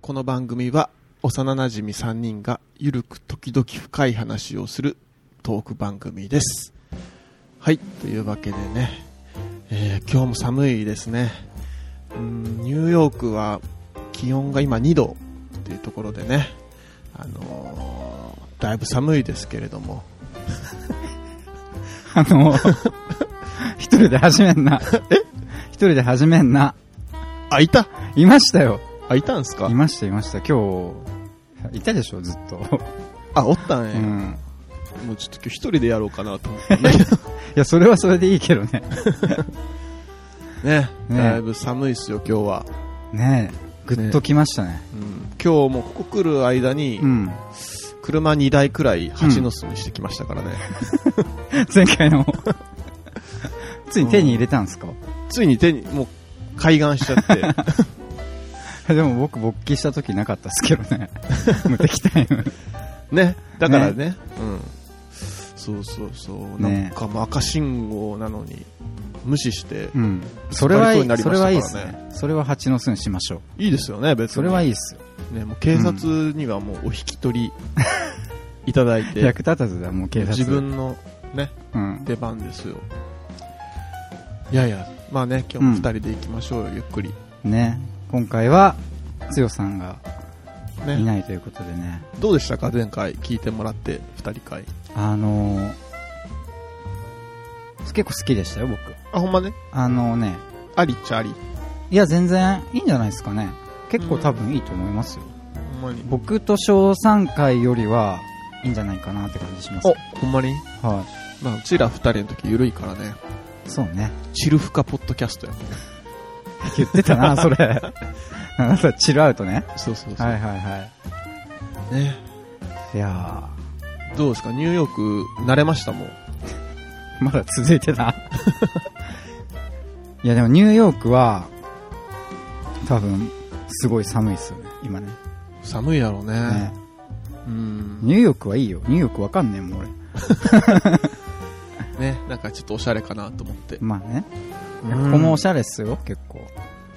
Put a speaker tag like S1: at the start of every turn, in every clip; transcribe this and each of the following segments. S1: この番組は幼なじみ3人がゆるく時々深い話をするトーク番組ですはいというわけでね、えー今日も寒いですねうんニューヨークは気温が今2度っていうところでねあのーだいぶ寒いですけれども
S2: あの、 一人で始めんな。え一人で始めんな。
S1: あいた
S2: いましたよ。
S1: あいたんすか
S2: いました、いました。今日、いたでしょ、ずっと。
S1: あおったん
S2: う
S1: や、
S2: ん。
S1: もうちょっと今日一人でやろうかなと思って ね
S2: いや、それはそれでいいけどね。
S1: ね
S2: ね
S1: だいぶ寒いっすよ今日は、
S2: ねえ、ぐっときましたね。
S1: うん、今日もここ来る間に、
S2: うん。
S1: 車2台くらい蜂の巣にしてきましたからね、
S2: 前回の。ついに手に入れたんですか、
S1: ついに手にもう開眼しちゃって
S2: でも僕勃起した時なかったっすけど ね。無敵タイム。
S1: ねだからねうんそうそうそう
S2: ね
S1: なんかもう赤信号なのに無視して、
S2: うん。それはい、
S1: スパルトにないりま
S2: それ
S1: したか
S2: は
S1: ら
S2: いい
S1: ね
S2: ですね。それは蜂の巣にしましょう。
S1: いいですよね別に
S2: それはいいっすよ。
S1: ね、もう警察にはもうお引き取りいただい て
S2: 役立たずだ、もう警察。
S1: 自分のね
S2: うん。
S1: 出番ですよいやいやまあね今日も2人で行きましょうよ、ゆっくり
S2: ね、今回は、つよさんがい
S1: ね
S2: ないということでね、
S1: どうでしたか前回聞いてもらって2人会
S2: あのー、結構好きでしたよ、僕。
S1: あほんまね
S2: あのね、
S1: ありっちゃあり
S2: いや、全然いいんじゃないですかね。結構多分いいと思いますよ。
S1: ほんまに
S2: 僕と小3回よりは、いいんじゃないかなって感じします。
S1: おほんまに
S2: は
S1: まあうちら2人の時ゆるいからね
S2: い。そうね。
S1: チルフカポッドキャストやもんね
S2: 言ってたな、そ れ。あとチルアウトね。
S1: そうそうそう、
S2: はいはいは
S1: ね
S2: い。いや
S1: どうですかニューヨーク慣れましたもん
S2: ー、まだ続いてた。 いや、でもニューヨークは、多分、すごい寒いっすよね、今ね。
S1: 寒いやろうね
S2: ね
S1: うん
S2: ニューヨークはいいよ。ニューヨークわかんねえもん、俺。
S1: ねなんかちょっとおしゃれかなと思って、
S2: まあね。
S1: うん
S2: ここもおしゃれっすよ、結構。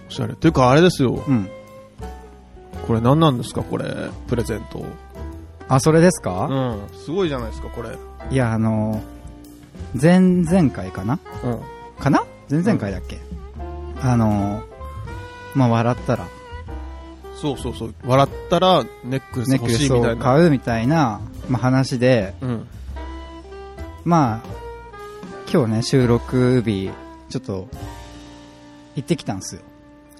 S1: おしゃれというかあれですよ
S2: うん。
S1: これ何なんですかこれプレゼント
S2: あ、それですか、
S1: うんすごいじゃないですかこれう
S2: いや、あのー、前々回かなんかな前々回だっけ、あのー、まあ、笑ったら、
S1: そうそうそう笑ったらネックレス
S2: ネック
S1: 欲
S2: レ
S1: しい
S2: ス
S1: みたい
S2: を
S1: な
S2: 買うみたいな、まあ、話で、
S1: うん
S2: まあ、今日ね、収録日、ちょっと、行ってきたんすよ。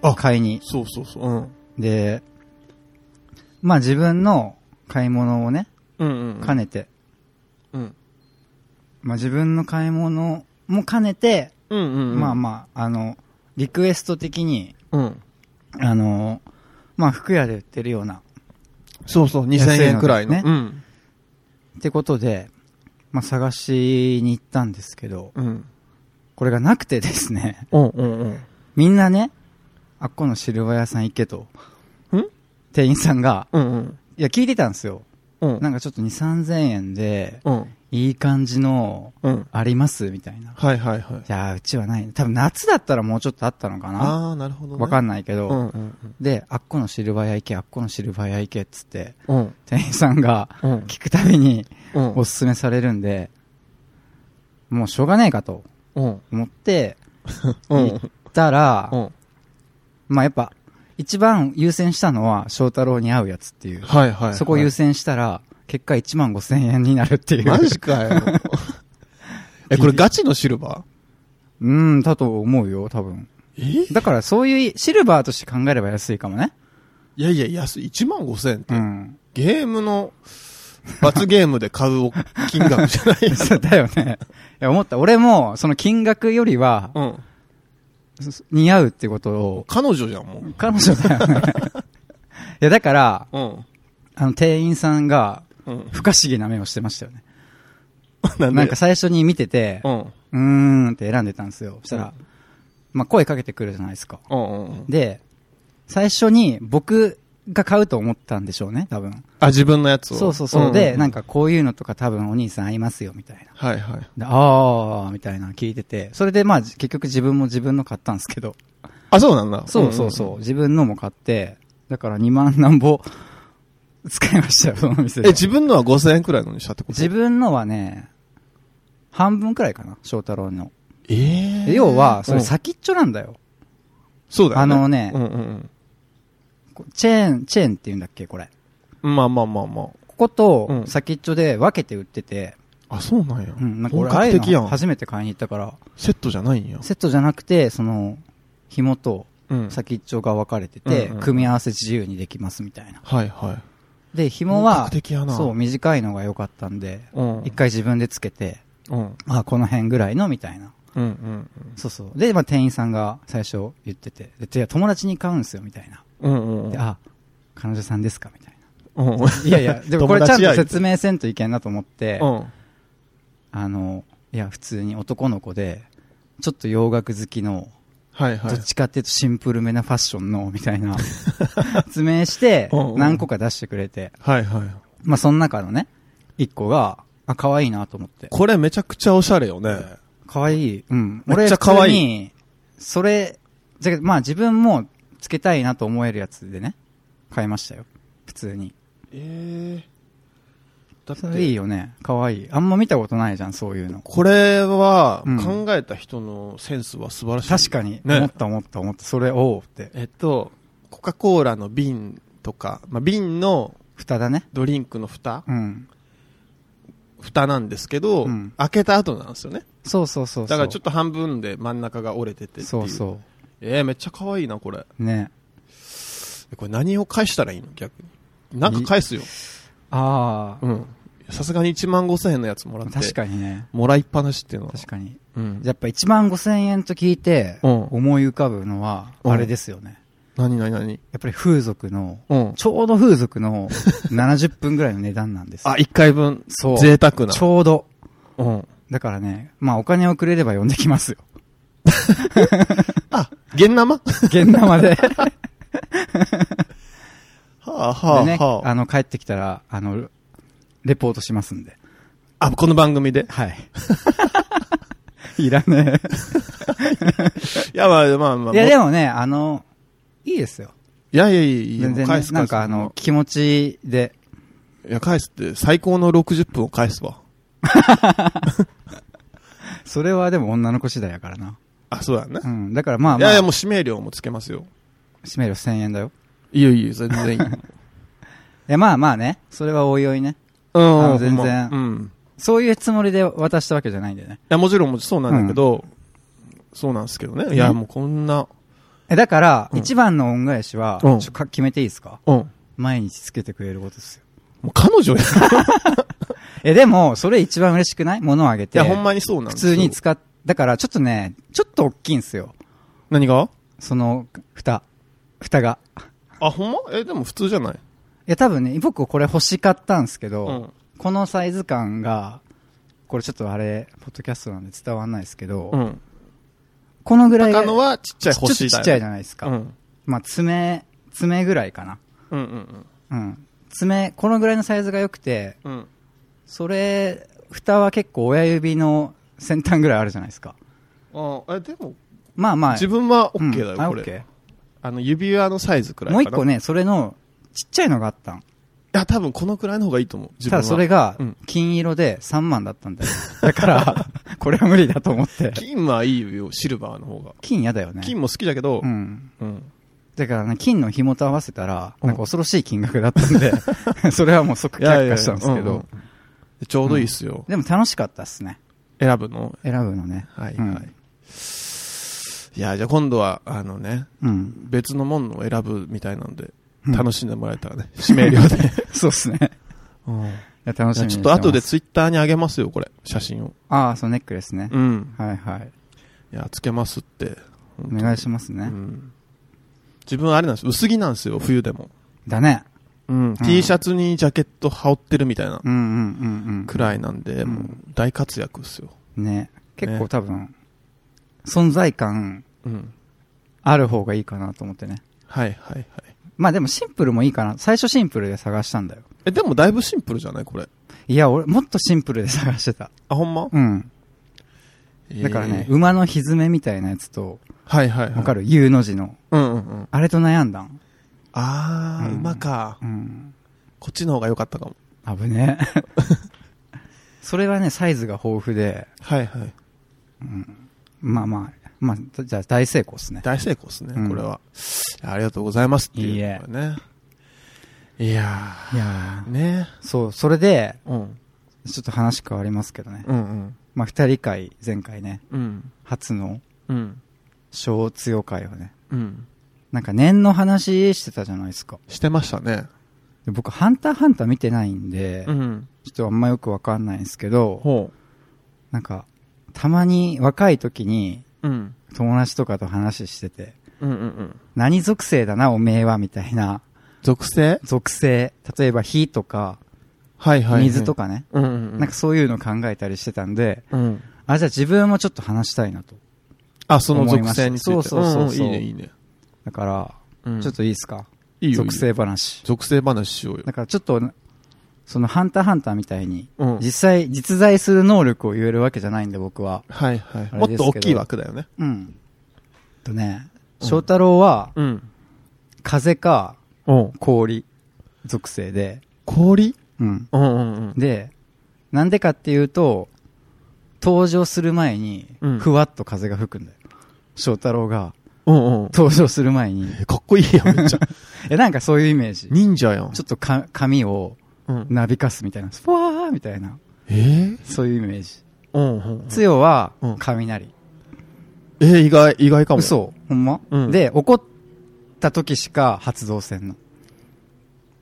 S1: あ
S2: 買いに。
S1: そうそうそううん
S2: で、まあ自分の買い物をね、
S1: うんうん
S2: 兼ねて、
S1: うん
S2: まあ、自分の買い物も兼ねて、
S1: うんうん
S2: まあまあ、あの、リクエスト的に、
S1: あうん
S2: あの、まあ、服屋で売ってるような、
S1: そうそう2000円くらいの
S2: 安いので
S1: うん
S2: ってことで、まあ、探しに行ったんですけど、
S1: うん
S2: これがなくてですね、
S1: うんうんうん
S2: みんなね、あっこのシルバー屋さん行けと、
S1: ん
S2: 店員さんが、
S1: うんうん
S2: いや、聞いてたんですよ。
S1: うん
S2: なんかちょっと2、3000円で、
S1: うん
S2: いい感じの、
S1: うん
S2: ありますみたいな。
S1: はいはいはい
S2: いやー、うちはない。多分夏だったらもうちょっとあったのかな
S1: ああーなるほどね
S2: わか
S1: ん
S2: んないけど、
S1: うんうん
S2: で、あっこのシルバー屋行け、あっこのシルバー屋行けっつって、
S1: うんうん
S2: 店員さんが
S1: うん
S2: 聞くたびに
S1: うん
S2: おすすめされるんで、もうしょうがねえかと
S1: うん
S2: 思って
S1: う
S2: 行
S1: ん
S2: ったら、
S1: うん
S2: まあやっぱ、一番優先したのは翔太郎に合うやつっていう。
S1: はいはいはい
S2: そこを優先したら、結果1万5千円になるっていう。
S1: マジかよ えこれガチのシルバ
S2: うん、だと思うよ、多分。
S1: ーえ
S2: だからそういう、シルバーとして考えれば安いかもね。
S1: いやいや安い1万5000円って
S2: うん。
S1: ゲームの、罰ゲームで買う金額じゃない
S2: そうだよね。いや、思った。俺も、その金額よりは、
S1: うん。
S2: 似合うってことを、
S1: 彼女じゃん、もう。
S2: 彼女だよ ね。いや、だから、
S1: うん。
S2: あの、店員さんが、
S1: うん。
S2: 不可思議な目をしてましたよね。
S1: な
S2: なんか、最初に見てて
S1: う、ん。
S2: うーんって選んでたんですよ。そしたら、まあ、声かけてくるじゃないですか。
S1: うんうんうん。
S2: で、最初に僕が買うと思ったんでしょうね、多分。
S1: あ、自分のやつを。
S2: そうそうそう。で、なん
S1: か。
S2: かこういうのとか多分お兄さん合いますよ、みたいな。
S1: はいはい。
S2: であー、みたいなの聞いてて。それでまあ、結局自分も自分の買ったんですけど。
S1: あ、そうなんだ。
S2: そうそうそう。自分のも買って、だから2万なんぼ使いましたよ、その店
S1: え、
S2: で。
S1: 自分のは5000円くらいのにしたってこと
S2: 自分のはね、半分くらいかな、翔太郎の。
S1: えー
S2: で要は、それ
S1: うん
S2: 先っちょなんだよ。
S1: そうだよね。
S2: あのね
S1: うんうん
S2: こチェーン、チェーンって言うんだっけ、これ。
S1: うん。まあまあまあま
S2: ここ
S1: う
S2: と
S1: ん
S2: 先っちょで分けて売ってて、
S1: あ。あ、そうなんや。
S2: うん、なんか
S1: 本
S2: 俺、ああい
S1: 格
S2: う
S1: 的や
S2: の
S1: ん。
S2: 初めて買いに行ったから、
S1: セットじゃないんや。
S2: セットじゃなくて、その、紐と
S1: うん。
S2: 先っちょが分かれてて、
S1: うんうん
S2: 組み合わせ自由にできますみたいな。
S1: はいはい。
S2: で、紐
S1: 本
S2: は
S1: 格、的やな。
S2: そう、短いのが良かったんで、
S1: うん。うん
S2: 一。回自分でつけて、
S1: うん。
S2: あ、この辺ぐらいのみたいな。
S1: うんうん
S2: そうそう。で、まあ、店員さんが最初言ってて、で、いや友達に買うんですよ、みたいな。
S1: うん。うんうん
S2: で、あ、彼女さんですか、みたいな。
S1: うん。
S2: いやいや、でもこれちゃん
S1: 友達
S2: と
S1: や
S2: 説明せんといけんなと思って、
S1: うん。
S2: あの、いや、普通に男の子で、ちょっと洋楽好きの、
S1: はいは
S2: ど
S1: い
S2: っ。ちかっていうとシンプルめなファッションの、みたい な、説明して
S1: うんう、ん
S2: 何個か出してくれて、
S1: はいはい。
S2: まあ、その中のね、一個が、あ、可愛いなと思って。
S1: これめちゃくちゃオシャレよね。
S2: 可愛い。うん。
S1: めっちゃ可愛い
S2: 俺普通にそれ、じゃけど、まあ自分もつけたいなと思えるやつでね、買いましたよ。普通に。
S1: ええ。だ
S2: それいいよね。可愛い。あんま見たことないじゃん、そういうの。
S1: これは
S2: うん
S1: 考えた人のセンスは素晴らしい。
S2: 確かに。
S1: ね
S2: 思った思った思った。それ、おうって。
S1: えっと、コカ・コーラの瓶とか、まあ、瓶の
S2: 蓋だね。
S1: ドリンクの蓋、
S2: うん。
S1: 蓋なんですけど、
S2: うん
S1: 開けた後なんですよね。
S2: そうそうそうそう。
S1: だからちょっ
S2: っ
S1: と半分で真ん中が折れててっていう。。
S2: そうそう
S1: えー、めっちゃ可愛いな、これ。
S2: う。ね。
S1: えこれ何を返したらいいの逆に。なんか返すよ。
S2: ああ、
S1: うん。さすがに1万5千円のやつもらって。
S2: 確かにね。
S1: もらいっぱなしっていうのは。
S2: 確かに。
S1: うん。
S2: やっぱ1万5千円と聞いて、
S1: うん
S2: 思い浮かぶのは、
S1: うん
S2: あれですよね。
S1: 何何何
S2: やっぱり風俗の、
S1: うん。
S2: ちょうど風 俗の70分ぐらいの値段なんですよ。
S1: あ、1回分。
S2: そう。
S1: 贅沢な。
S2: ちょうど。
S1: うん。
S2: だからね、まあお金をくれれば呼んでき ますよ。
S1: あ、現生 は
S2: 現生で。で
S1: あはあ
S2: ね、
S1: は
S2: あの、帰ってきたら、あの、レポートしますんで。
S1: あ。あ、この番組で。
S2: はい。いらね
S1: いや、まあまあまあ。
S2: え。いやでもね、あの、いいですよ。
S1: いやいやいや
S2: 全
S1: いや、
S2: 然
S1: 返
S2: ね
S1: す。
S2: なんかあの、、気持ちで。
S1: いや、返すって、最高の60分を返すわ。
S2: それはでも女の子次第やからな。
S1: あ、そうだね
S2: う。ん。だからまあ
S1: い
S2: ま
S1: やい
S2: あ
S1: や、、もう指名料もつけますよ。
S2: 締める1000円だよ。
S1: いいよいいよ、全然いいよ。
S2: いやまあまあね、それはおいおいね。
S1: うん
S2: あ全然
S1: ほんまうん。
S2: そういうつもりで渡したわけじゃないんでね。
S1: いや、もちろんもちろんそうなんだけど、そうなんですけどね。いや、
S2: うん
S1: もうこんな、
S2: え、だから、
S1: うん
S2: 一番の恩返しは、
S1: うん
S2: ちょか決めていいですか
S1: うん。も
S2: 毎日つけてくれることですよ。
S1: う彼女や。い
S2: え、でも、それ一番嬉しくない物をあげて。
S1: や、ほんまにそうなん
S2: 普
S1: ですよ
S2: 通に使っ、だから、ちょっとね、ちょっと大きいんすよ。
S1: 何が
S2: その、蓋。蓋が。
S1: あ、ほんまえ、でも普通じゃない
S2: いや、多分ね、僕これ欲しかったんすけど、
S1: うん
S2: このサイズ感が、これちょっとあれ、ポッドキャストなんで伝わんないですけど、
S1: うん。
S2: このぐらいが、
S1: 中野はちっちゃい星だ
S2: ち
S1: よ。
S2: ょっとちっちゃいじゃないですか。
S1: うん。
S2: まあ、爪、爪ぐらいかな。
S1: うんうん
S2: うん。爪、このぐらいのサイズが良くて、
S1: うん。うん。
S2: それ、蓋は結構親指の先端ぐらいあるじゃないですか。
S1: あえ、でも、
S2: まあまあ。
S1: 自分は
S2: うん
S1: OK だ
S2: あ
S1: よ、こ
S2: OK
S1: れ。あの、指輪のサイズくらい
S2: も
S1: か
S2: う
S1: な。
S2: 一個ね、それのちっちゃいのがあったん。
S1: いや、多分このくらいの方がいいと思う。自分
S2: た
S1: は。
S2: だそれが
S1: うん
S2: 金色で3万だったんだよ。だから、 これは無理だと思って。
S1: 金はいいよ、シルバーの方が。
S2: 金嫌だよね。
S1: 金も好きだけど、う。
S2: うんん。だからね、金の紐と合わせたら、なんか恐ろしい金額だったん で、それはもう即
S1: いやい
S2: 却
S1: や
S2: 下したんですけ
S1: うんうん
S2: ど。
S1: ちょうどいいっすよ。
S2: でも楽しかったっすね。
S1: 選ぶの。
S2: 選ぶのね。
S1: はい、
S2: うん
S1: はい。いや、じゃあ今度は、あのね、
S2: うん。
S1: 別のものを選ぶみたいなんで、
S2: うん
S1: 楽しんでもらえたらね、指名料で。
S2: そうっすね。
S1: う
S2: い
S1: んい
S2: や楽しみ
S1: や
S2: に
S1: ち
S2: し
S1: ょってと
S2: ます。
S1: 後でツイッターにあげますよ、これ。写真を。
S2: ああ、そのネックレスね。
S1: うん。
S2: はいはい。
S1: いや、つけますって。本当
S2: お
S1: に
S2: 願いしますね。
S1: うん自分はあれなんですよ。薄着なんですよ、冬でも。
S2: だね。
S1: うん。T シャツにジャケット羽織ってるみたいな
S2: うんうんうん
S1: くらいなんで、
S2: うん
S1: もう大活躍っすよ。
S2: うん。ね。結構
S1: ね
S2: 多分、存在感
S1: うん。
S2: ある方がいいかなと思ってね。
S1: はいはいはい。
S2: まあでもシンプルもいいかな。最初シンプルで探したんだよ。
S1: え、でもだいぶシンプルじゃないこれ。
S2: いや、俺、もっとシンプルで探してた。
S1: あ、ほんま
S2: うん。だからね、
S1: えー
S2: 馬のひずめみたいなやつと、
S1: はいはいはい。
S2: わか
S1: る。
S2: る ?U の字の。
S1: うんうんうん。
S2: あれと悩んだん。
S1: あー、
S2: うん
S1: 馬か
S2: う。ん。
S1: こっちの方が良かったかも。
S2: 危ねえ。 それはね、サイズが豊富で、
S1: はいはい。
S2: まあまあ、まあ、じゃあ大成功ですね。
S1: 大成功ですね、
S2: うん
S1: これは。いやありがとうございますっていうのがね。いや
S2: いや
S1: ー、ね
S2: ーそう、それで、
S1: うん。
S2: ちょっと話変わりますけどね。
S1: うんうん。
S2: まあ、二人会、前回ね、
S1: うん。
S2: 初の
S1: うん。
S2: 小強会をね、
S1: うん。
S2: なんか念の話してたじゃないですか。
S1: してましたね。
S2: で僕、ハンターハンター見てないんで、
S1: うん。
S2: ちょっとあんまよくわかんないんですけど、
S1: ほ
S2: なんか、たまに若い時に
S1: う。うん。
S2: 友達とかと話してて、
S1: うんうんうん。
S2: 何属性だな、おめえは、みたいな。
S1: 属性
S2: 属性。例えば火とか、
S1: はいはいはい。
S2: 水とかね。
S1: うんうんうん。
S2: なんかそういうの考えたりしてたんで、
S1: うん。
S2: あ、じゃあ自分もちょっと話したいなと。
S1: あ、その属性について。
S2: 思いましたそうそうそうそうん
S1: んいいね、いいね。
S2: だから、
S1: うん
S2: ちょっ、といいですか
S1: いいよ。
S2: 属
S1: いいよ。
S2: 性話。
S1: 属性話しようよ。
S2: だからちょっと、そのハンターハンターみたいに、
S1: うん。
S2: 実際、実在する能力を言えるわけじゃないんで僕は。
S1: はいはい。
S2: あ
S1: も
S2: れ
S1: っ
S2: ですけど
S1: と大きい枠だよね。
S2: うん。とね、
S1: うん
S2: 翔太郎は、
S1: うん。
S2: 風か
S1: うん。
S2: 氷属性で、
S1: 氷
S2: うん。
S1: うんうんうん。
S2: で、なんでかっていうと、登場する前に
S1: うん、
S2: ふわっと風が吹くんだよ。翔太郎が
S1: うんうん。
S2: 登場する前に。
S1: えかっこいいやん、めっちゃ。
S2: え、なんかそういうイメージ。ち ょ
S1: 忍者やん。
S2: っとか髪を
S1: うん。
S2: なびかすみたいな、ふわーみたいな、
S1: えー
S2: そういうイメージ。
S1: うんうん。
S2: つよは
S1: うん
S2: 雷。
S1: えー、意外、意外かも。
S2: 嘘ほんま、
S1: うん
S2: で、怒った時しか発動せんの。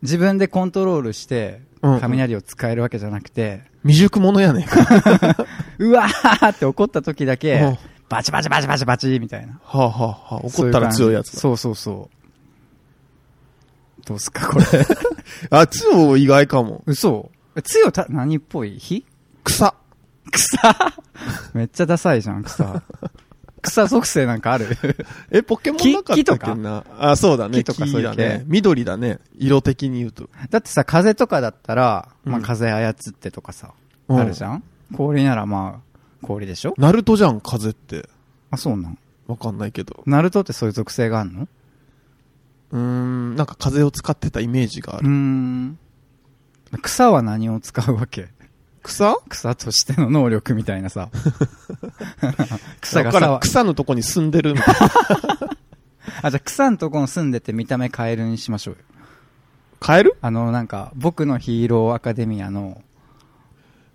S2: 自分でコントロールして、
S1: うんうん
S2: 雷を使えるわけじゃなくて、
S1: 未熟者やねんか。
S2: うわーって怒った時だ
S1: うん
S2: け、バチバチバチバチバチみたいな。
S1: はあ、はあはあ、怒ったら強いやつだ。
S2: そうそうそう。どうすか、これ。
S1: あ、強い意外かも。
S2: 嘘え強た、何っぽい火
S1: 草。
S2: 草 めっちゃダサいじゃん、草。草属性なんかある
S1: え、ポケモンなかったっけなあ、そうだね。
S2: 木とかそういう
S1: だ
S2: 系
S1: ね。緑だね。色的に言うと。
S2: だってさ、風とかだったら、ま
S1: う
S2: あ
S1: ん
S2: 風操ってとかさ、
S1: うん
S2: あるじゃん氷ならまあ、氷でしょ
S1: ナルトじゃん、風って。
S2: あ、そうなん。
S1: わかんないけど。
S2: ナルトってそういう属性があるの
S1: うーん、なんか風を使ってたイメージがあ
S2: うー
S1: る。
S2: ん。草は何を使うわけ
S1: 草
S2: 草としての能力みたい なさ。草が
S1: だから
S2: さ、
S1: 草のとこに住んで るみたいな。
S2: あ、じゃあ草のところ住んでて見た目カエルにしましょうよ。
S1: カエル
S2: あの、なんか、僕のヒーローアカデミアの、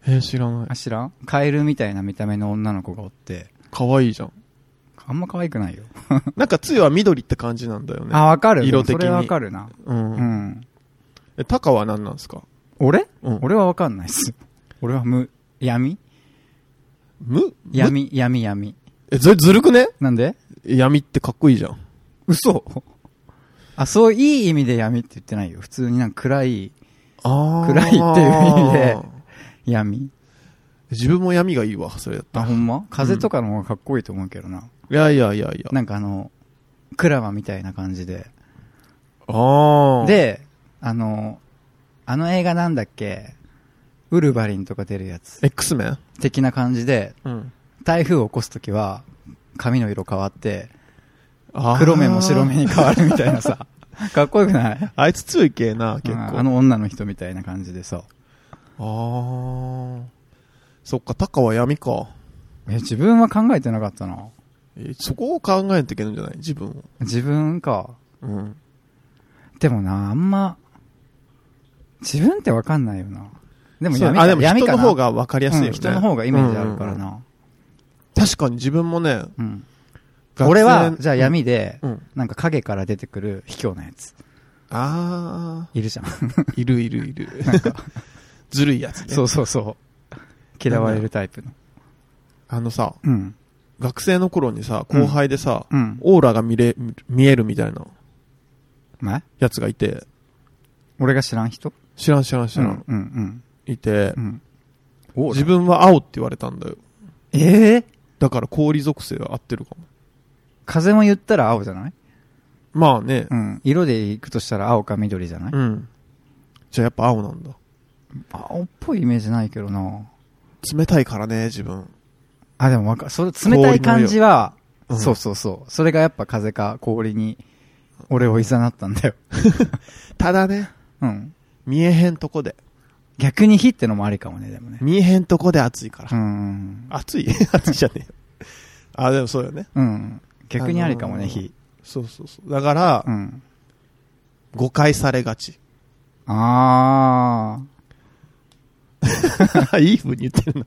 S1: えー、知らない
S2: あ、。知らんカエルみたいな見た目の女の子がおって、
S1: かわいいじゃん。
S2: あんま可愛くないよ。
S1: なんか、つゆは緑って感じなんだよね。
S2: あ、わかる。
S1: 色的に
S2: それはわかるな。
S1: う。
S2: うんん。
S1: え、タカは何なんですか
S2: 俺
S1: うん。
S2: 俺はわかんないっす。俺は無、闇
S1: むむ
S2: 闇、闇、闇。
S1: え、ず、ずるくね
S2: なんで
S1: 闇ってかっこいいじゃん。
S2: 嘘あ、そう、いい意味で闇って言ってないよ。普通になんか暗い
S1: あー
S2: 暗いっていう意味で闇。
S1: 自分も闇がいいわ、それだった
S2: あ、
S1: ら。
S2: ほんま風とかの方がかっこいいと思うけどな。
S1: いやいやいやいや。
S2: なんかあの、クラマみたいな感じで。
S1: ああ。、
S2: で、あの、あの映画なんだっけウルバリンとか出るやつ。
S1: X メン
S2: 的な感じで、
S1: うん。
S2: 台風を起こすときは、髪の色変わって、
S1: あー
S2: 黒目も白目。に変わるみたいな さ。かっこよくない
S1: あいつ強い系な、結
S2: うん
S1: 構。
S2: あの女の人みたいな感じでさ。
S1: ああ。そっか、タカは闇か。
S2: え、自分は考えてなかったな。
S1: えそこを考えないといけないんじゃない自分を。
S2: 自分か。
S1: うん。
S2: でもな、あんま、自分ってわかんないよな。でも
S1: そう
S2: 闇
S1: あ、でも
S2: 闇
S1: 人
S2: か
S1: の
S2: な
S1: 方が分かりやすいよね。
S2: うん人の方がイメージあるから
S1: うんうんうん。
S2: な。
S1: 確かに自分もね、
S2: うん。俺は、じゃあ闇で、
S1: うん。うん。
S2: なんか影から出てくる卑怯なやつ。
S1: あ
S2: い るじゃん。
S1: あ、いるいるいる。
S2: なんか、
S1: ずるいやつね。
S2: そうそうそう。嫌われるタイプの。
S1: あのさ、
S2: うん。
S1: 学生の頃にさ、後輩でさ、
S2: うん。
S1: オーラが見れ、見えるみたいな
S2: ま
S1: やつがいて、
S2: 俺が知らん人
S1: 知らん知らん知
S2: う
S1: ら
S2: ん
S1: ん。
S2: うん
S1: いて
S2: う、ん。
S1: 自分は青って言われたんだよ。
S2: ええ
S1: だから氷属性は合ってるかも。
S2: 風も言ったら青じゃない
S1: まあね
S2: う。ん。色で行くとしたら青か緑じゃない、
S1: うん。じゃあやっぱ青なんだ。
S2: 青っぽいイメージないけどな
S1: 冷たいからね、自分。
S2: あ、でもわか、それ、冷たい感じは、
S1: うん
S2: そうそうそう。それがやっぱ風か氷に俺を誘ったんだよ。
S1: ただね、
S2: うん。
S1: 見えへんとこで。
S2: 逆に火ってのもありかもね、でもね。
S1: 見えへんとこで暑いから。
S2: うん。
S1: 暑い 暑いじゃねえよ。あ、でもそうよね。
S2: うん。逆にありかも
S1: あ
S2: ね、
S1: のー
S2: 火。
S1: そうそうそう。だから、
S2: うん。
S1: 誤解されが ち。
S2: あ
S1: いい風に言ってるな。
S2: ー。い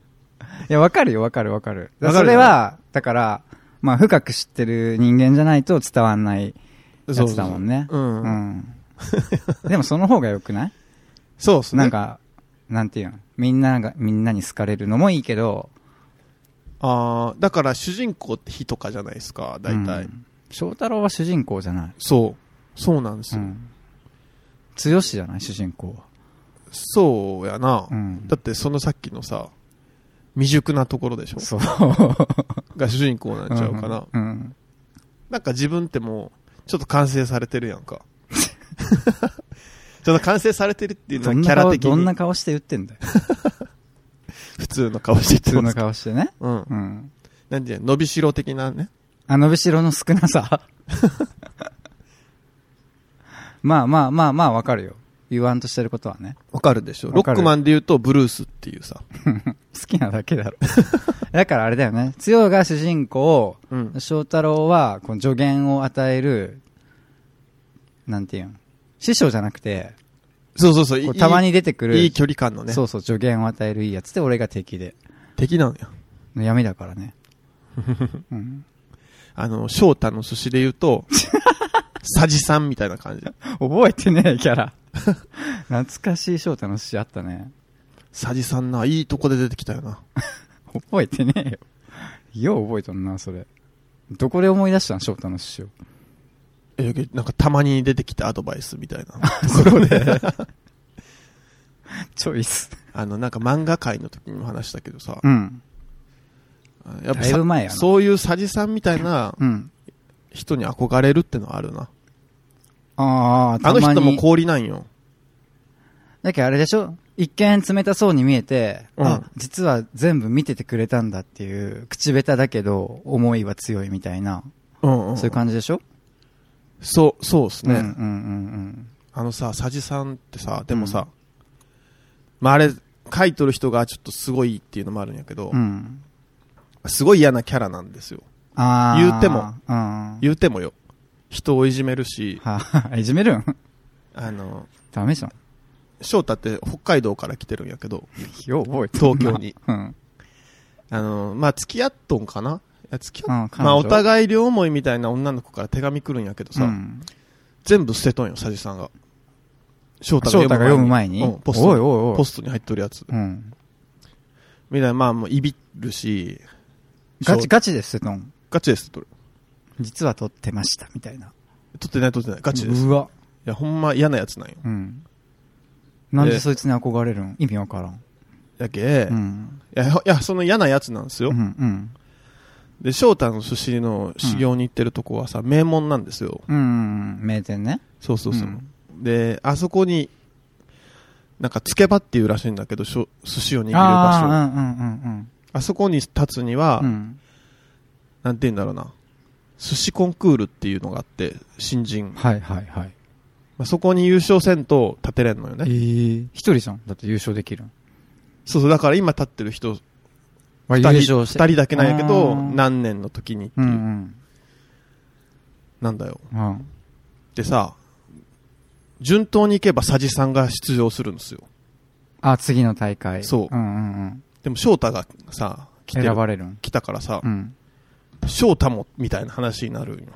S2: や、わかるよ、わかるわかる。
S1: わかるよ
S2: それは、だから、まあ、深く知ってる人間じゃないと伝わんないやつだもんね。
S1: そうそうそううん
S2: ん。でも、その方が良くない
S1: そうっすね。
S2: なん、か、なんていうのみんなが、みんなに好かれるのもいいけど、
S1: あーだから主人公って火とかじゃないですか、大体。
S2: うん翔太郎は主人公じゃない。
S1: そう。そうなんです
S2: う
S1: よ。
S2: ん。強しじゃない主人公は。
S1: そうやな、
S2: うん
S1: だってそのさっきのさ、未熟なところでしょ
S2: そう。
S1: が主人公なんちゃうかな。
S2: うんうん。
S1: なんか自分ってもう、ちょっと完成されてるやんか。 ちょっと完成されてるっていうの
S2: ど
S1: は
S2: ん
S1: キ
S2: な
S1: ャラ
S2: 顔、
S1: 的
S2: どんな
S1: に
S2: 顔して言ってん だよ。
S1: 普通の顔して
S2: 普通
S1: 言
S2: の
S1: って
S2: 顔してね。
S1: ます。うん。
S2: うん。
S1: なんていうの伸びしろ的なね。
S2: あのびしろの少なさ。 まあまあまあまあわかるよ。言わんとしてることはね。
S1: わかるでしょロ
S2: わか
S1: ッ
S2: る
S1: クマンで言うと、ブルースっていうさ。
S2: 好きなだけ だろ。だからあれだよね。強が主人公、
S1: うん。
S2: 翔太郎は、この助言を与える、なんていうん。師匠じゃなくて、
S1: そうそうそう。い
S2: こう
S1: い
S2: たまに出てくる、
S1: いい距離感のね。
S2: そうそう、助言を与えるいいやつで、俺が敵で。
S1: 敵なのよ。
S2: 闇だからね。うん、
S1: あの、翔太の寿司で言う と、サジさんみたいな感じ。
S2: 覚えてねえキャラ。懐かしい翔太の寿司あったね。
S1: サジさんな、いいとこで出てきたよな。
S2: 覚えてねえよ。よう覚えとんな、それ。どこで思い出したん翔太の寿司を。
S1: え、なんかたまに出てきたアドバイスみたい な。
S2: そこで。チョイス。
S1: あの、なんか漫画界の時にも話したけどさ、
S2: うん。
S1: やっぱ
S2: だいぶ前や
S1: さ
S2: な
S1: そういうサジさんみたいな
S2: うん。
S1: 人に憧れるってのはあるな。
S2: ああ、
S1: あ
S2: た
S1: の
S2: まに。
S1: 人も氷なんよ。
S2: だけどあれでしょ一見冷たそうに見えて、
S1: うん
S2: あ、実は全部見ててくれたんだっていう、口下手だけど、思いは強いみたいな、
S1: うんうん。
S2: そういう感じでしょ
S1: そう、そうっすね。
S2: うんうんうん
S1: あのさ、サジさんってさ、でもさ、まああれ、書いとる人がちょっとすごいっていうのもあるんやけど、
S2: うん。うん。
S1: すごい嫌なキャラなんですよ。
S2: ああ。
S1: 言うても。
S2: うん。
S1: 言うてもよ。人をいじめるし、
S2: はい。いじめるん
S1: あの、
S2: ダメじゃん。
S1: 翔太って北海道から来てるんやけど、
S2: よう覚えて
S1: 東京に。
S2: うん。
S1: あの、まあ、付き合っとんかないや付き合っ、
S2: うん彼女
S1: まあ、お互い両思いみたいな女の子から手紙来るんやけどさ、
S2: うん
S1: 全部捨てとんよ、サジさんが。翔
S2: 翔太が読む前に。
S1: うん、ポス
S2: おい
S1: ト
S2: おいおい。
S1: ポストに入っとるやつ。
S2: うん。
S1: みたいな、まあ、もう、いびるし、
S2: ガチ
S1: ガチ。
S2: ガチですよ、トン。
S1: ガチです、とる。
S2: 実は撮ってました、みたいな。
S1: 撮ってない、撮ってない。ガチです。いう
S2: わ。
S1: や、ほんま嫌なやつなんよ。
S2: うん。なんでそいつに憧れるん意味わからん。
S1: やけ、い
S2: うん。
S1: や、いや、その嫌なやつなんですよ。
S2: うんうん。
S1: で、翔太の寿司の修行に行ってるとこはさ、名門なんですよ。
S2: うんうんうん。名店ね。
S1: そうそうそう。
S2: ん
S1: で、あそこに、なんか、つけ場っていうらしいんだけど、しょ寿司を握る場所。
S2: あ
S1: あ
S2: あ、うんうんうん
S1: そこに立つには、
S2: うん。うん。
S1: なんて言うんだろうな。寿司コンクールっていうのがあって、新人。ま
S2: はいはいはい。
S1: あ、そこに優勝せんと立てれんのよ
S2: ええ
S1: ね。
S2: 一人じゃん。だって優勝できるん。
S1: そうそう、だから今立ってる人、
S2: 優
S1: 二人、
S2: 勝
S1: 二
S2: して。
S1: 人だけなんやけど、
S2: あー
S1: 何年の時にって
S2: う
S1: い
S2: んう
S1: う、
S2: ん。
S1: なんだよ。
S2: うん。
S1: でさ、順当に行けば佐治さんが出場するんですよ。
S2: あ、次の大会。
S1: そう
S2: うんうんうん。
S1: でも翔太がさ、来てる
S2: 選ばれるん。
S1: 来たからさ
S2: う、ん。
S1: 翔太も、みたいな話になるんよ。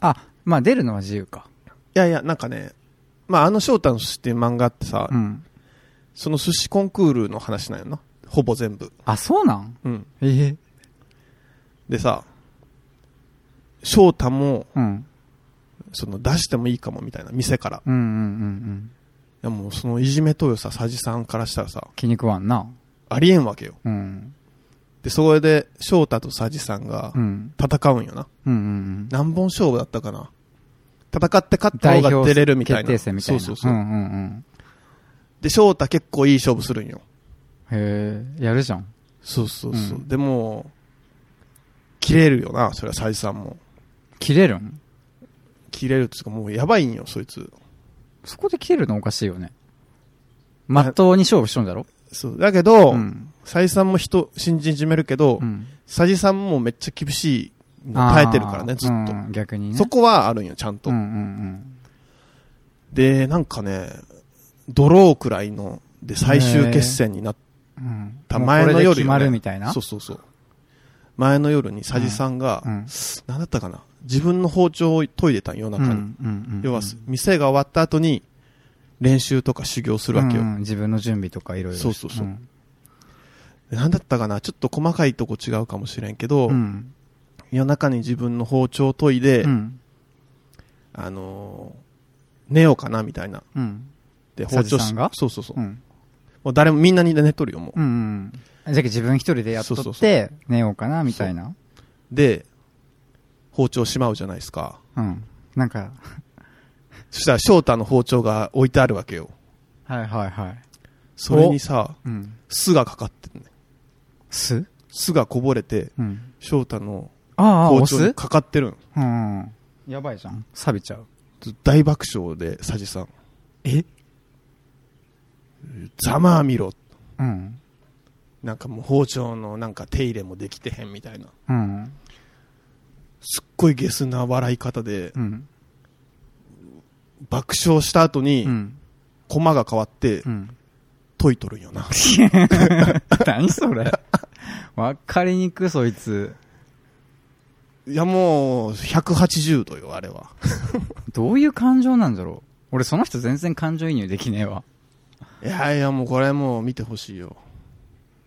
S2: あ、まあ出るのは自由か。
S1: いやいや、なんかね、まあ、あの翔太の寿司っていう漫画ってさ、
S2: うん。
S1: その寿司コンクールの話なんよな。ほぼ全部。
S2: あ、そうなん
S1: うん。
S2: ええ。
S1: でさ、翔太も、
S2: うん。
S1: その出してもいいかもみたいな、店から。い
S2: うんうんうんうん。
S1: やもうそのいじめとよさ、佐治さんからしたらさ、
S2: 気に食わんな。
S1: ありえんわけよ。
S2: うん。
S1: で、それで、翔太と佐治さんが
S2: う、ん。
S1: 戦うんよな。
S2: うんうん
S1: 何本勝負だったかな。戦って勝
S2: うん。
S1: った方が出れるみたいな。
S2: 決定戦みたいな。
S1: そうそうそう。
S2: うんうんうん。
S1: で、翔太結構いい勝負するんよ。
S2: へえ、やるじゃん。
S1: そうそうそう。
S2: うん
S1: でも、切れるよな、それは佐治さんも。
S2: 切れるん
S1: 切れるっていうか、もうやばいんよ、そいつ。
S2: そこで切れるのおかしいよね。まっとうに勝負しとんだろ
S1: そう。だけど、
S2: うん。
S1: サジさんも人、信じ始めるけど、
S2: うん。
S1: サジさんもめっちゃ厳しいの耐えてるからね、ずっと。
S2: うん逆にね。
S1: そこはあるんよ、ちゃんと。
S2: うんうん
S1: で、なんかね、ドローくらいの、で、最終決戦になっ
S2: うん。うん。
S1: た
S2: もう
S1: 前の夜よね
S2: これで決まるみたいな。
S1: そうそうそう。前の夜にサジさんが、
S2: うん。
S1: 何だったかな自分の包丁を研いでたんよ、夜中に。
S2: うんうんうん
S1: 要は、店が終わった後に、練習とか修行するわけよ。
S2: うんうん自分の準備とかいろいろ。
S1: そうそうそう
S2: うん
S1: で何だったかなちょっと細かいとこ違うかもしれんけど、
S2: うん。
S1: 夜中に自分の包丁を研いで、
S2: うん。
S1: あのー寝ようかな、みたいな。
S2: うん。
S1: で、
S2: サ
S1: 包
S2: ジ
S1: 丁
S2: さん
S1: し
S2: が
S1: そうそうそう。
S2: うん。
S1: もう誰もみんなに寝とるよ、もう。
S2: うんうん。じゃあ自分一人でやっと
S1: そう
S2: っ
S1: そ
S2: て、寝ようかな、みたいな。
S1: で、包丁しまうじゃないですか。
S2: うん。なんか、
S1: そしたら翔太の包丁が置いてあるわけよ。
S2: はいはいはい。
S1: それにさ、
S2: うん。
S1: 酢がかかってるね。
S2: 酢
S1: 酢がこぼれて、
S2: うん。
S1: 翔太の
S2: ああ、
S1: 包
S2: お
S1: 丁に
S2: 酢
S1: かかってるん。
S2: うん。やばいじゃん。錆びちゃう。
S1: 大爆笑で、サジさん。
S2: え
S1: ざまあみろ。
S2: うん。
S1: なんかもう包丁のなんか手入れもできてへんみたいな。
S2: うん。
S1: すっごいゲスな笑い方で、
S2: うん。
S1: 爆笑した後
S2: う
S1: に、
S2: ん。
S1: コマが変わって、
S2: うん。
S1: 解いとるんよな。
S2: 何それ。わかりにくい、そいつ。
S1: いやもう、180度よ、あれは。
S2: どういう感情なんだろう。俺、その人全然感情移入できねえわ。
S1: いやいや、もうこれもう見てほしいよ。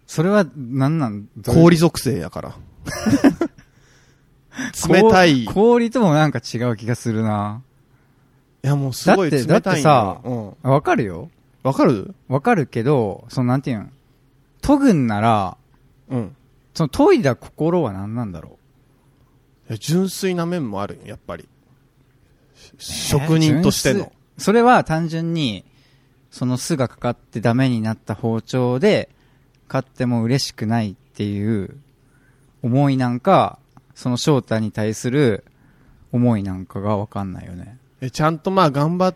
S2: それは、なんなんどういう
S1: 氷属性や から。冷たい。い
S2: こ
S1: う
S2: 氷ともなんか違う気がするな。
S1: やもうすごい冷たいんよ
S2: だってだってさ
S1: うん。
S2: わかるよ。
S1: わかる
S2: わかるけど、そのなんていうん。研ぐんなら、
S1: うん。
S2: その研いだ心は何なんだろ
S1: いや純粋な面もあるよ、やっぱり。し
S2: う。
S1: 職人として
S2: えー
S1: の
S2: 純。粋それは単純に、その巣がかかってダメになった包丁で、買っても嬉しくないっていう思いなんか、その翔太に対する思いなんかがわかんないよね。
S1: えちゃんとまあ頑張っ、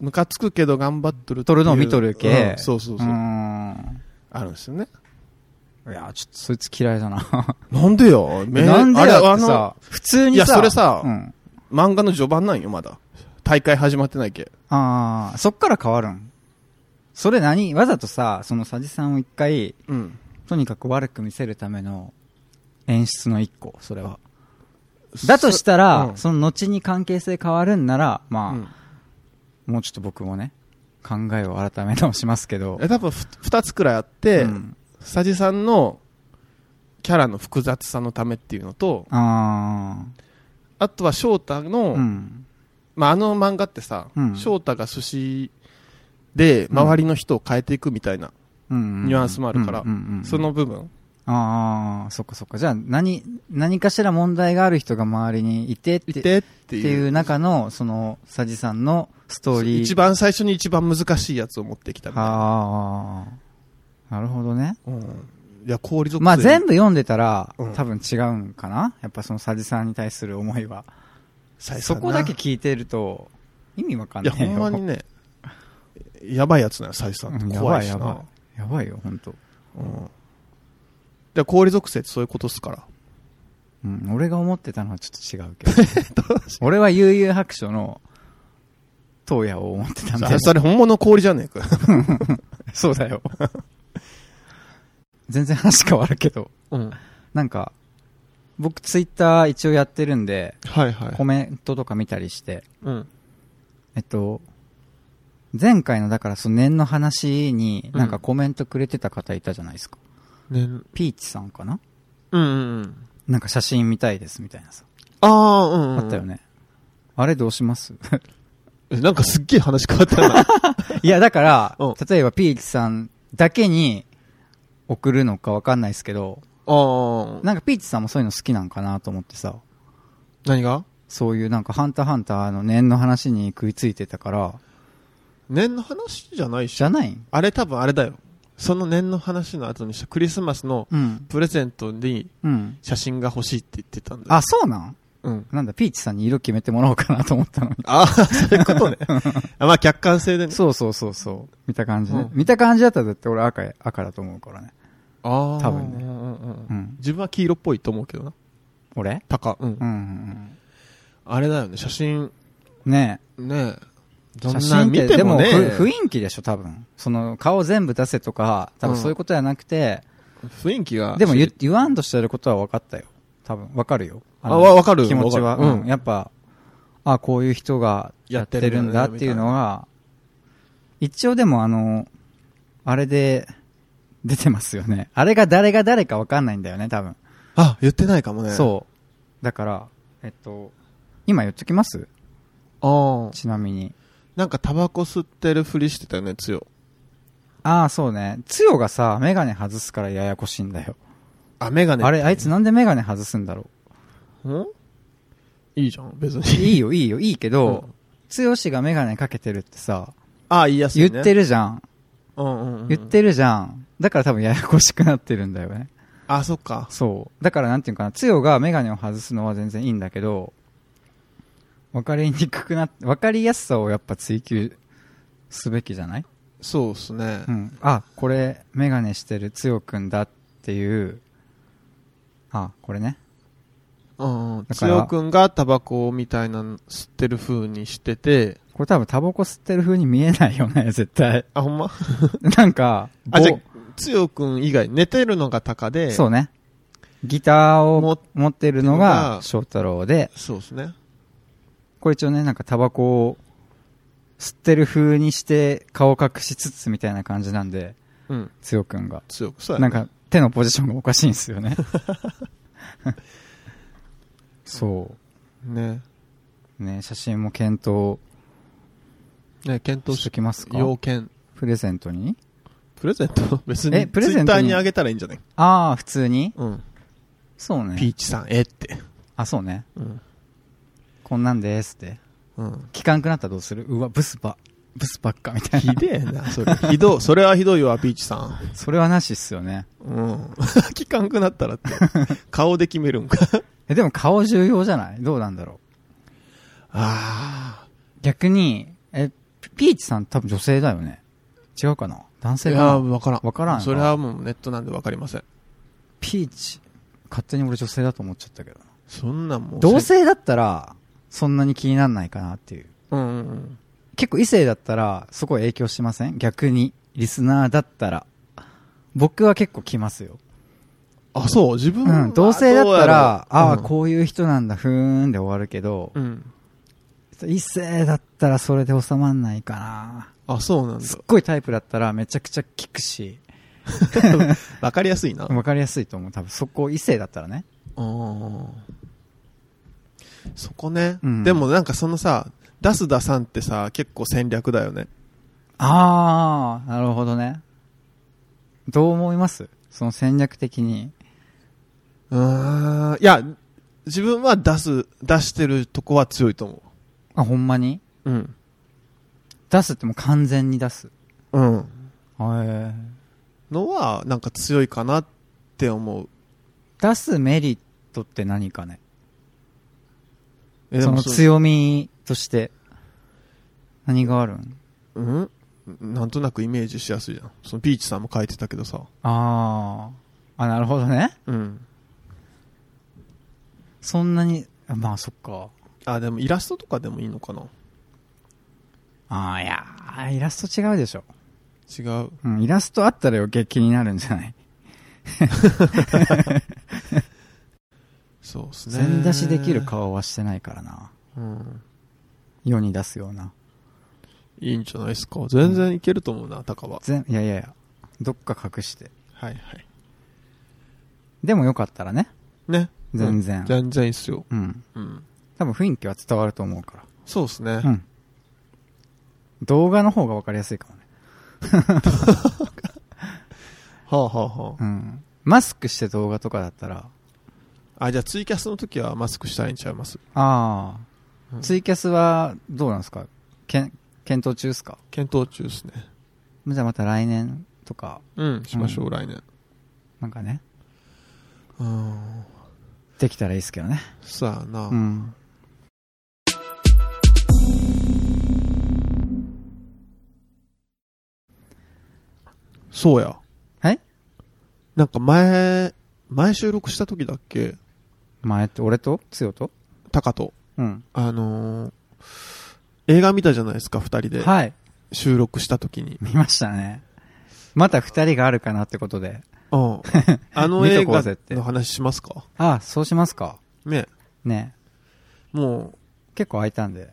S1: ムカつくけど頑張っとるってい
S2: 取
S1: う
S2: るのを見とるけ、
S1: うんそうそうそう
S2: ー
S1: う。
S2: ん
S1: あるんですよね。
S2: いや、ちょっとそいつ嫌い だな。
S1: なんでよ、め
S2: なんで
S1: あれ
S2: だ
S1: あ
S2: って
S1: の、
S2: さ、普通に
S1: い
S2: さ、
S1: や、それさ
S2: う、ん。
S1: 漫画の序盤なんよ、まだ。大会始まってないけ。
S2: ああ、そっから変わるん。それ何わざとさ、そのサジさんを一回、
S1: うん。
S2: とにかく悪く見せるための演出の一個、それは。だとしたら、
S1: うん
S2: その後に関係性変わるんなら、
S1: た
S2: まあ、もうちょっと僕もね、考えを改め直しますけど。
S1: え、多分ふ、二つくらいあって、
S2: うん
S1: サジさんのキャラの複雑さのためっていうのと、
S2: あ
S1: あとは翔太の、
S2: あ、うん。
S1: まあ、あの漫画ってさ、
S2: うん
S1: 翔太が寿司で周りの人を変えていくみたいな、
S2: うん。
S1: ニュアンスもあるから
S2: うんうんうんうん
S1: その部分。
S2: ああ、そっかそっか。じゃあ、何、何かしら問題がある人が周りにいてって
S1: いてってい
S2: っ
S1: う。
S2: ていう中の、その、サジさんのストーリー。
S1: 一番最初に一番難しいやつを持ってきたみたいな。
S2: ああ、なるほどね。
S1: うん。いや、氷属性。
S2: まあ全部読んでたら、
S1: うん
S2: 多分違うんかなやっぱそのサジさんに対する思いは。
S1: 最初
S2: そ
S1: な
S2: こだけ聞いてると、意味わかん
S1: い
S2: な
S1: や、
S2: いよ。
S1: ほんまにね、やばいやつなよ、サイさ。
S2: うんんや
S1: 怖
S2: ば
S1: い
S2: い
S1: しな。
S2: やばい。やばいよ、本当
S1: うん。で、氷属性ってそういうことっすから。
S2: うん、俺が思ってたのはちょっと 違うけど。俺は悠々白書の、東野を思ってたんで
S1: あれ、それ本物の氷じゃねえか。
S2: そうだよ。全然話変わるけど。
S1: うん。
S2: なんか、僕ツイッター一応やってるんで、
S1: はいはい
S2: コ。メントとか見たりして、
S1: うん。
S2: えっと、前回のだからその年の話になんかコメントくれてた方いたじゃないですか。
S1: ね、うん
S2: ピーチさんかな
S1: うんうん。
S2: なんか写真見たいですみたいなさ。
S1: ああ、うん、うん。
S2: あったよ。ね。あれどうします
S1: なんかすっげえ話変わった な。
S2: いやだから
S1: うん、
S2: 例えばピーチさんだけに送るのかわかんないですけど、
S1: ああ。
S2: なんかピーチさんもそういうの好きなんかなと思ってさ。
S1: 何が
S2: そういうなんかハンターハンターの念の話に食いついてたから、
S1: 年の話じゃないっし
S2: じ
S1: ょ。
S2: ゃない
S1: あれ多分あれだよ。その年の話の後にしたクリスマスの
S2: うん。
S1: プレゼントに
S2: うん。
S1: 写真が欲しいって言ってたんだよ。
S2: あ、そうなん
S1: うん。
S2: なんだ、ピーチさんに色決めてもらおうかなと思ったのに。
S1: ああ、そういう ことね。あまあ、客観性でね。
S2: そうそうそうそう。見た感じね。
S1: うん
S2: 見た感じだったらだって俺赤や、赤だと思うからね。
S1: ああ。
S2: 多分
S1: うんうん
S2: ねう
S1: うん
S2: ん。
S1: 自分は黄色っぽいと思うけどな。
S2: 俺
S1: 高。うん
S2: うんうん
S1: あれだよね、写真、
S2: うん。ね
S1: ね
S2: え。
S1: どんな見てもね
S2: でふ雰囲気でしょ、多分。その、顔全部出せとか、多分そういうことじゃなくて、
S1: 雰囲気が。
S2: でも言言わんとしてることは分かったよ。多分、分かるよ。
S1: あ
S2: の
S1: わわかる
S2: 気持ちは。
S1: わかる
S2: うん。やっぱ、あこういう人がやってるんだっていうのは、一応でもあの、あれで出てますよね。あれが誰が誰か分かんないんだよね、多分。
S1: あ、言ってないかもね。う。
S2: そう。だから、えっと、今言っときます
S1: ああ。
S2: ちなみに。
S1: なんかタバコ吸ってるふりしてたよね、つよ。
S2: ああ、そうね。つよがさ、メガネ外すからややこしいんだよ。
S1: あ、メガネ。
S2: あれ、あいつなんでメガネ外すんだろ
S1: んいいじゃん、 別
S2: う。
S1: に。
S2: いいよ、いいよ、いいけど
S1: うん、
S2: つよしがメガネかけてるってさ、
S1: ああ、言いやすい
S2: 言
S1: ね。
S2: って
S1: る。
S2: るじゃん。
S1: うんうん、うん。
S2: 言っ。てるじゃん。だから多分ややこしくなってるんだよね。
S1: あ、そっか。
S2: そう。だからなんていうのかな、つよがメガネを外すのは全然いいんだけど、わかりにくくなって、わかりやすさをやっぱ追求すべきじゃない
S1: そうっすね。
S2: うん、あこれメガネしてるつよくんだっていうあこれね
S1: うんうん。
S2: だ
S1: つ
S2: から
S1: よくんがタバコみたいなの吸ってる風にしてて、
S2: これ多分タバコ吸ってる風に見えないよね 絶対
S1: あ、ほんま
S2: なんか
S1: あ、
S2: ぼ
S1: じゃあつよくん以外、寝てるのがタカで、。
S2: そううねギター
S1: 持っ
S2: を持ってるの
S1: のが
S2: が翔太郎で
S1: そうですね。
S2: これ一応ねなんかタバコを吸ってる風にして顔隠しつつみたいな感じなんで
S1: うん。
S2: つよくんが
S1: 強く、そうや
S2: な
S1: ね
S2: んか手のポジションがおかしいんです よねそう
S1: ね。
S2: ね、写真も検討
S1: ね、検討
S2: し
S1: して
S2: ときますか
S1: 要件。
S2: プレゼントに
S1: プレゼント別に。
S2: えプレゼントに
S1: ツイッターにあげたらいいんじゃない
S2: ああ、普通に
S1: うん。
S2: そうね。
S1: ピーチさん、えって。
S2: あ、そうね。
S1: うん。
S2: こんなんですって。
S1: うん。
S2: 聞かんくなったらどうするうわ、ブスば、ブスばっかみたい
S1: ひ
S2: な。
S1: でえな、それ。ひどい。それはひどいわ、ピーチさん。
S2: それはなしっすよね。
S1: うん。 聞かんくなったらって。顔で決めるんか。
S2: え、でも顔重要じゃないどうなんだろう。
S1: あ
S2: 逆に、え、ピーチさん多分女性だよね。違うかな男
S1: あ。い
S2: 性か
S1: や、
S2: な
S1: わからん。
S2: わからんな
S1: それはもうネットなんでわかりません。
S2: ピーチ、勝手に俺女性だと思っちゃったけどな。
S1: そんなんもう。
S2: 同性だったら、そんなに気になんないかなっていう。
S1: うんうんうん。
S2: 結構異性だったらそこ影響しません逆にリスナーだったら僕は結構来ますよ、
S1: あ、そう自分
S2: う
S1: は
S2: ん、同性だった
S1: ど
S2: ら
S1: うやろう
S2: ああ
S1: うん
S2: こういう人なんだふーんで終わるけど、
S1: うん。
S2: 異性だったらそれで収まんないかな
S1: あ、そうなんだ
S2: すっ。ごいタイプだったらめちゃくちゃ聞 くし
S1: わかりやすいな。
S2: わかりやすいと思う多分そこ異性だったらね
S1: うん。そこね。
S2: うん
S1: でもなんかそのさ、出す出さんってさ、結構戦略だよね。
S2: ああなるほどねどう思いますその戦略的に
S1: うーん。いや、自分は出す、出してるとこは強いと思
S2: あほんまに
S1: う。うん。
S2: 出すってもう完全に出す
S1: うん。
S2: へえ
S1: のは、なんか強いかなって思う。
S2: 出すメリットって何かね
S1: え
S2: その
S1: でも
S2: 強みとして何があるん
S1: うんなんとなくイメージしやすいじゃん。そのピーチさんも書いてたけどさ。
S2: あああなるほどね
S1: うん。
S2: そんなにあまあそっか
S1: あ、でもイラストとかでもいいのかな
S2: ああいやーイラスト違うでしょ、
S1: 違う。
S2: うん、イラストあったら余計気になるんじゃない
S1: そうですね。
S2: 全出しできる。顔はしてないからな
S1: うん。
S2: 世に出すようない
S1: いんじゃないですか。全然いけると思うな、タカは。
S2: 全いやいやいやどっか隠して
S1: はいはい。
S2: でもよかったらね
S1: ね。
S2: 全然
S1: うん全然いいっすよ。
S2: うん
S1: うん。
S2: 多分雰囲気は伝わると思うか
S1: そうですね
S2: らう。ん動画の方が分かりやすいかもね
S1: はあはあは
S2: うんマスクして動画とかだったら
S1: あ。あ、じゃあツイキャスの時はマスクしたいんちゃいます
S2: ああ、
S1: うん
S2: ツイキャスはどうなんですかけん検討中ですか
S1: 検討中ですね。
S2: じゃあまた来年とか、
S1: うん、しましょう、来年。
S2: なんかね。
S1: うん。
S2: っできたらいいですけどね。
S1: さあな、
S2: うん。
S1: そうや
S2: はい
S1: なんか前前収録した時だっけ
S2: 前って、俺とつよと
S1: タカと
S2: うん。
S1: あのー映画見たじゃないですか二人で
S2: はい。
S1: 収録した時に、
S2: 見ましたね。また二人があるかなってことで。
S1: うん、あの
S2: 見と
S1: 映
S2: こう
S1: 画
S2: ぜって
S1: の話しますか
S2: ああ、そうしますか。
S1: ね
S2: ね。
S1: も
S2: 結構空いたんで。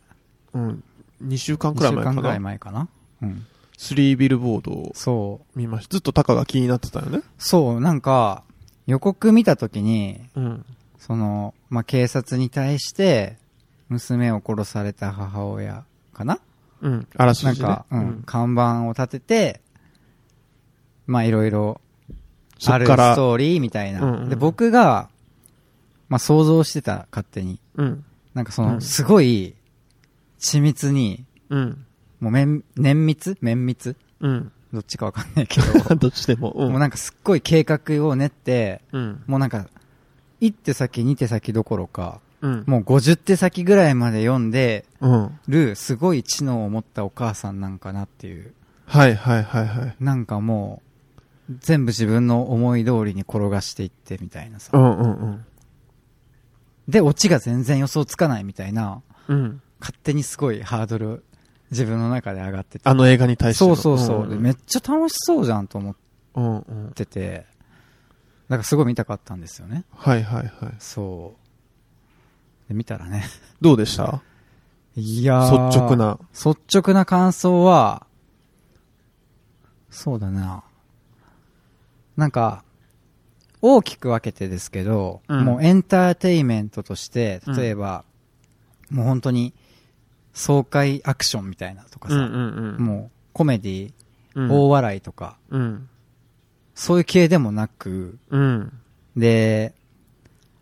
S1: う、うん、2週間
S2: 一
S1: くらい
S2: 週
S1: 前か
S2: 間くらい
S1: な
S2: 前かな。うん。
S1: スリービルボードを
S2: そう。
S1: 見ましたずっとタカが気になってたよね
S2: そう、なんか、予告見たときに、
S1: うん
S2: その、まあ、警察に対して、娘を殺された母親かな
S1: うんあらす
S2: なん
S1: じ、ね、
S2: か、う
S1: うんん、
S2: 看板を立てて、まあ、いろいろ、
S1: そ
S2: あ
S1: っ
S2: る
S1: か
S2: ス
S1: ら
S2: トーリーみたいな。
S1: うんうんうん
S2: で、僕が、まあ、想像してた、勝手に。
S1: うん
S2: なんかそうの、
S1: ん
S2: すごい、緻密に、
S1: うん
S2: もう綿、綿密綿密
S1: うん
S2: どっちかわかんないけど、
S1: どっちでも うん
S2: もうなんかすっごい計画を練って、
S1: うん
S2: もうなんか、1手先、2手先どころか、
S1: うん
S2: もう50手先ぐらいまで読んで
S1: うん
S2: る、すごい知能を持ったお母さんなんかなっていう。
S1: はいはいはいはい
S2: なんかもう、全部自分の思い通りに転がしていってみたいなさ
S1: う。んうんうん
S2: で、オチが全然予想つかないみたいな、
S1: うん
S2: 勝手にすごいハードル、自分の中で上がってて。
S1: あの映画に対して
S2: そ
S1: の
S2: うそうそう。
S1: ん
S2: で
S1: ん
S2: めっちゃ楽しそうじゃんと思っ
S1: うんうん
S2: てて、なんかすごい見たかったんですよね。
S1: はいはいはい
S2: そう。で見たらね。
S1: どうでした
S2: いや
S1: 率
S2: ー。
S1: 直。な
S2: 率直な感想は、そうだな。なんか、大きく分けてですけど、
S1: うん
S2: もうエンターテイメントとして、
S1: うん
S2: 例えば、もう本当に、爽快アクションみたいなとかさ、
S1: ん
S2: もうコメディ、
S1: うん
S2: 大笑いとか、
S1: うん
S2: そういう系でもなく、
S1: うん
S2: で、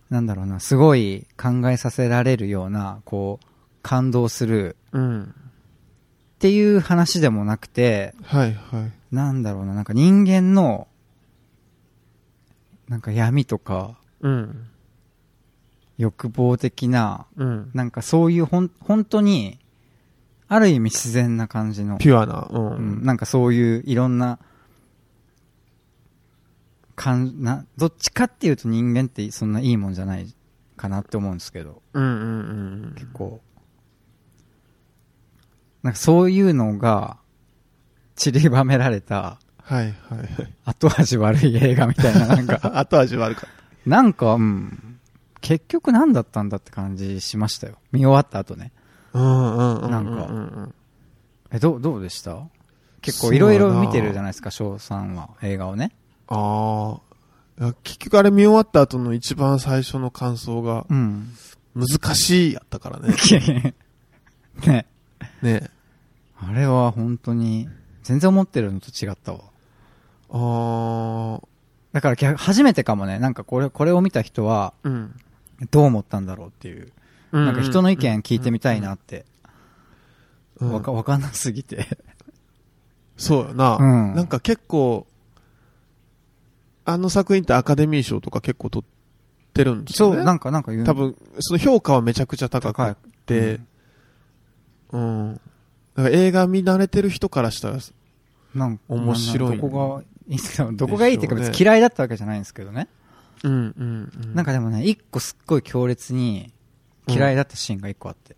S2: なんだろうな、すごい考えさせられるような、こう、感動する
S1: うん
S2: っていう話でもなくて、
S1: はいはい
S2: なんだろうな、なんか人間の、なんか闇とか、
S1: うん
S2: 欲望的な、
S1: うん
S2: なんかそういうほん、本当に、ある意味自然な感じの、
S1: ピュアなうん
S2: うん、なんかそういういろんな、かん、な、どっちかっていうと人間ってそんないいもんじゃないかなって思うんですけど、
S1: うんうんうん
S2: 結構。なんかそういうのが、散りばめられた、
S1: はいはいはい
S2: 後味悪い映画みたいな、なんか、
S1: 後味悪かっ
S2: なんか、うん、結局何だったんだって感じしましたよ。見終わった後ね。
S1: たうんうんうん
S2: なん
S1: う
S2: か
S1: うんうん
S2: え、どう、どうでした結
S1: そう
S2: 構
S1: だない
S2: ろいろ見てるじゃないですか、翔さんは、映画をね。
S1: ああいや結局あれ見終わった後の一番最初の感想が
S2: うん。
S1: 難しいやったからね
S2: ね。
S1: ね
S2: あれは本当に、全然思ってるのと違ったわ。
S1: ああ
S2: だから逆、初めてかもね、なんかこれ、これを見た人は、
S1: うん
S2: どう思ったんだろうっていう。なんか人の意見聞いてみたいなって。
S1: うん
S2: わか、わかんなすぎて。
S1: そうよな、
S2: うん
S1: なんか結構あの作品ってアカデミー賞とか結構取ってるんです
S2: そ
S1: よね
S2: う、なんか、なんか言う
S1: 多分その評価はめちゃくちゃ高
S2: 高い
S1: くてうん、だから映画見慣れてる人からしたら
S2: なんか
S1: 面白い
S2: どこがいいか、どこがいいっていうか別に嫌いだったわけじゃないんですけどね。
S1: うんうん、うん、
S2: なんかでもね、一個すっごい強烈に嫌いだったシーンが一個あって。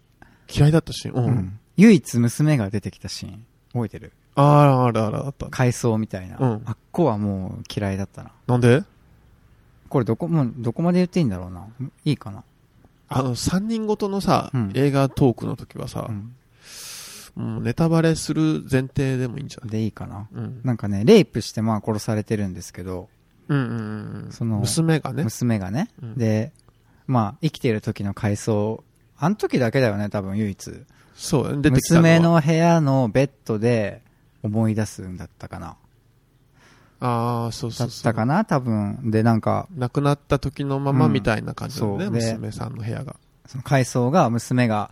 S1: 嫌いだったし、うん
S2: うん唯一娘が出てきたシーン、覚えてる
S1: あらあらあらあった
S2: 回想みたいな。
S1: うん
S2: あっこはもう嫌いだったな。
S1: なんで
S2: これどこ、もうどこまで言っていいんだろうな。いいかな。
S1: あの3人ごとのさ、
S2: うん
S1: 映画トークの時はさ
S2: う、ん。
S1: もうネタバレする前提でもいいんじゃない
S2: でいいかな。
S1: うん
S2: なんかね、レイプしてまあ殺されてるんですけど、
S1: うんうんうん
S2: その
S1: 娘がね
S2: 娘がね。
S1: うん
S2: で、まあ生きている時の回想、あの時だけだよね、多分唯一。
S1: そう出てきたのは
S2: 娘の部屋のベッドで思い出すんだったかな。
S1: ああそうそ
S2: だ
S1: う
S2: っ
S1: そう
S2: たかな多分。で、なんか、
S1: 亡くなった時のままみたいな感じだよね、
S2: うんそうで
S1: 娘さんの部屋が
S2: その回想が娘が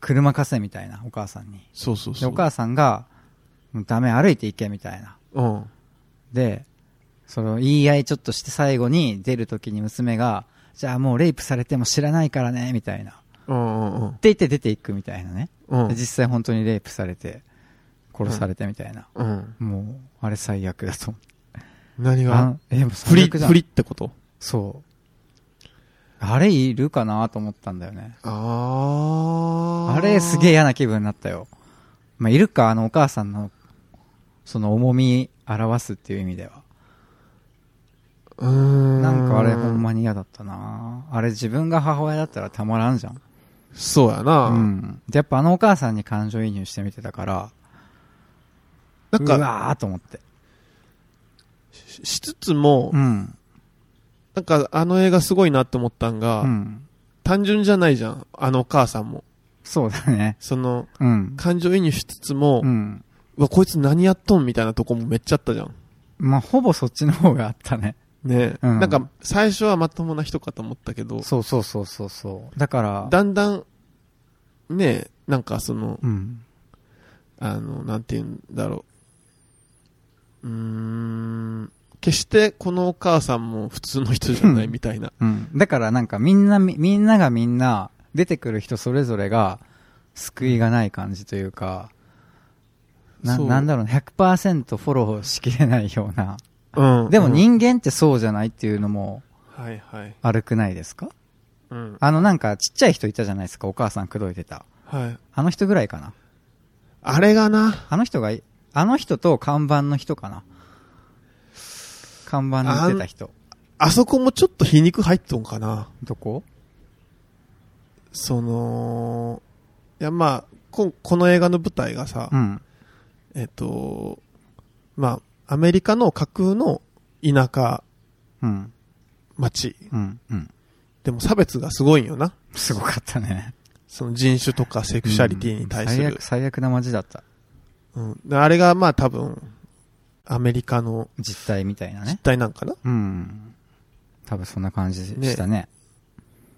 S2: 車貸せみたいな、お母さんに。
S1: そうそう
S2: で、
S1: そう
S2: お母さんが、もうダメ歩いていけみたいな。
S1: うん
S2: で、その言い合いちょっとして最後に出るときに娘が、じゃあもうレイプされても知らないからね、みたいな。って
S1: うんうんうん
S2: 言って出ていくみたいなね。
S1: うん
S2: で実際本当にレイプされて、殺されてみたいな。
S1: うん
S2: もう、あれ最悪だと思って。
S1: 何
S2: あ
S1: が
S2: んえ、もう
S1: 振
S2: 最
S1: り
S2: 悪じゃ
S1: 振り
S2: ん。
S1: ってこと
S2: そう。あれいるかなと思ったんだよね。
S1: あ
S2: あれすげえ
S1: え
S2: 嫌な気分になったよ。まあ、いるか、あのお母さんの、その重み表すっていう意味では。
S1: うーん
S2: なんかあれほんまに嫌だったなあれ自分が母親だったらたまらんじゃん。
S1: そうやな、
S2: うん。で、やっぱあのお母さんに感情移入してみてたから、
S1: なん
S2: う
S1: か
S2: わーと思って。
S1: ししつつも、
S2: うん。
S1: なんかあの映画すごいなって思ったんが、
S2: うん。
S1: 単純じゃないじゃんあのお母さんも
S2: そうだね。
S1: その
S2: うん。
S1: 感情移入しつつも、
S2: う。
S1: うんわこいつ何やっとんみたいなとこもめっちゃあったじゃん
S2: まあ、ほぼそっちの方があったね。
S1: ね、
S2: うん
S1: なんか最初はまともな人かと思ったけど
S2: そうそうそうそうそう。だから、
S1: だんだんねなんかその
S2: うん。
S1: あの、なんて言うんだろう。うーん。決してこのお母さんも普通の人じゃないみたいな。
S2: うん。だからなんかみんな、みみんながみんな、出てくる人それぞれが、救いがない感じというか、な、
S1: そう
S2: なんだろうね、100%フォローしきれないような。
S1: うん
S2: でも
S1: うん
S2: 人間ってそうじゃないっていうのも
S1: はいはい。
S2: 悪くないですか
S1: うん。
S2: あのなんかちっちゃい人いたじゃないですか、お母さん口説いてた。
S1: はい。
S2: あの人ぐらいかな。
S1: あれがな、
S2: あの人がい、あの人と看板の人かな。看板に出た人。
S1: あそこもちょっと皮肉入っとんかな。
S2: どこ
S1: その、いやまあ、ここの映画の舞台がさ、
S2: うん。
S1: えっと、まあ、アメリカの架空の田舎
S2: うん。
S1: 町。
S2: うん。うん。
S1: でも差別がすごいんよな。
S2: すごかったね。
S1: その人種とかセクシャリティに対す
S2: うん
S1: る
S2: 最悪、。最悪な街だった。
S1: うん、であれがまあ多分、アメリカの
S2: 実態みたいな
S1: 実
S2: ね。
S1: 態なんかな、
S2: うん。多分そんな感じでしたね。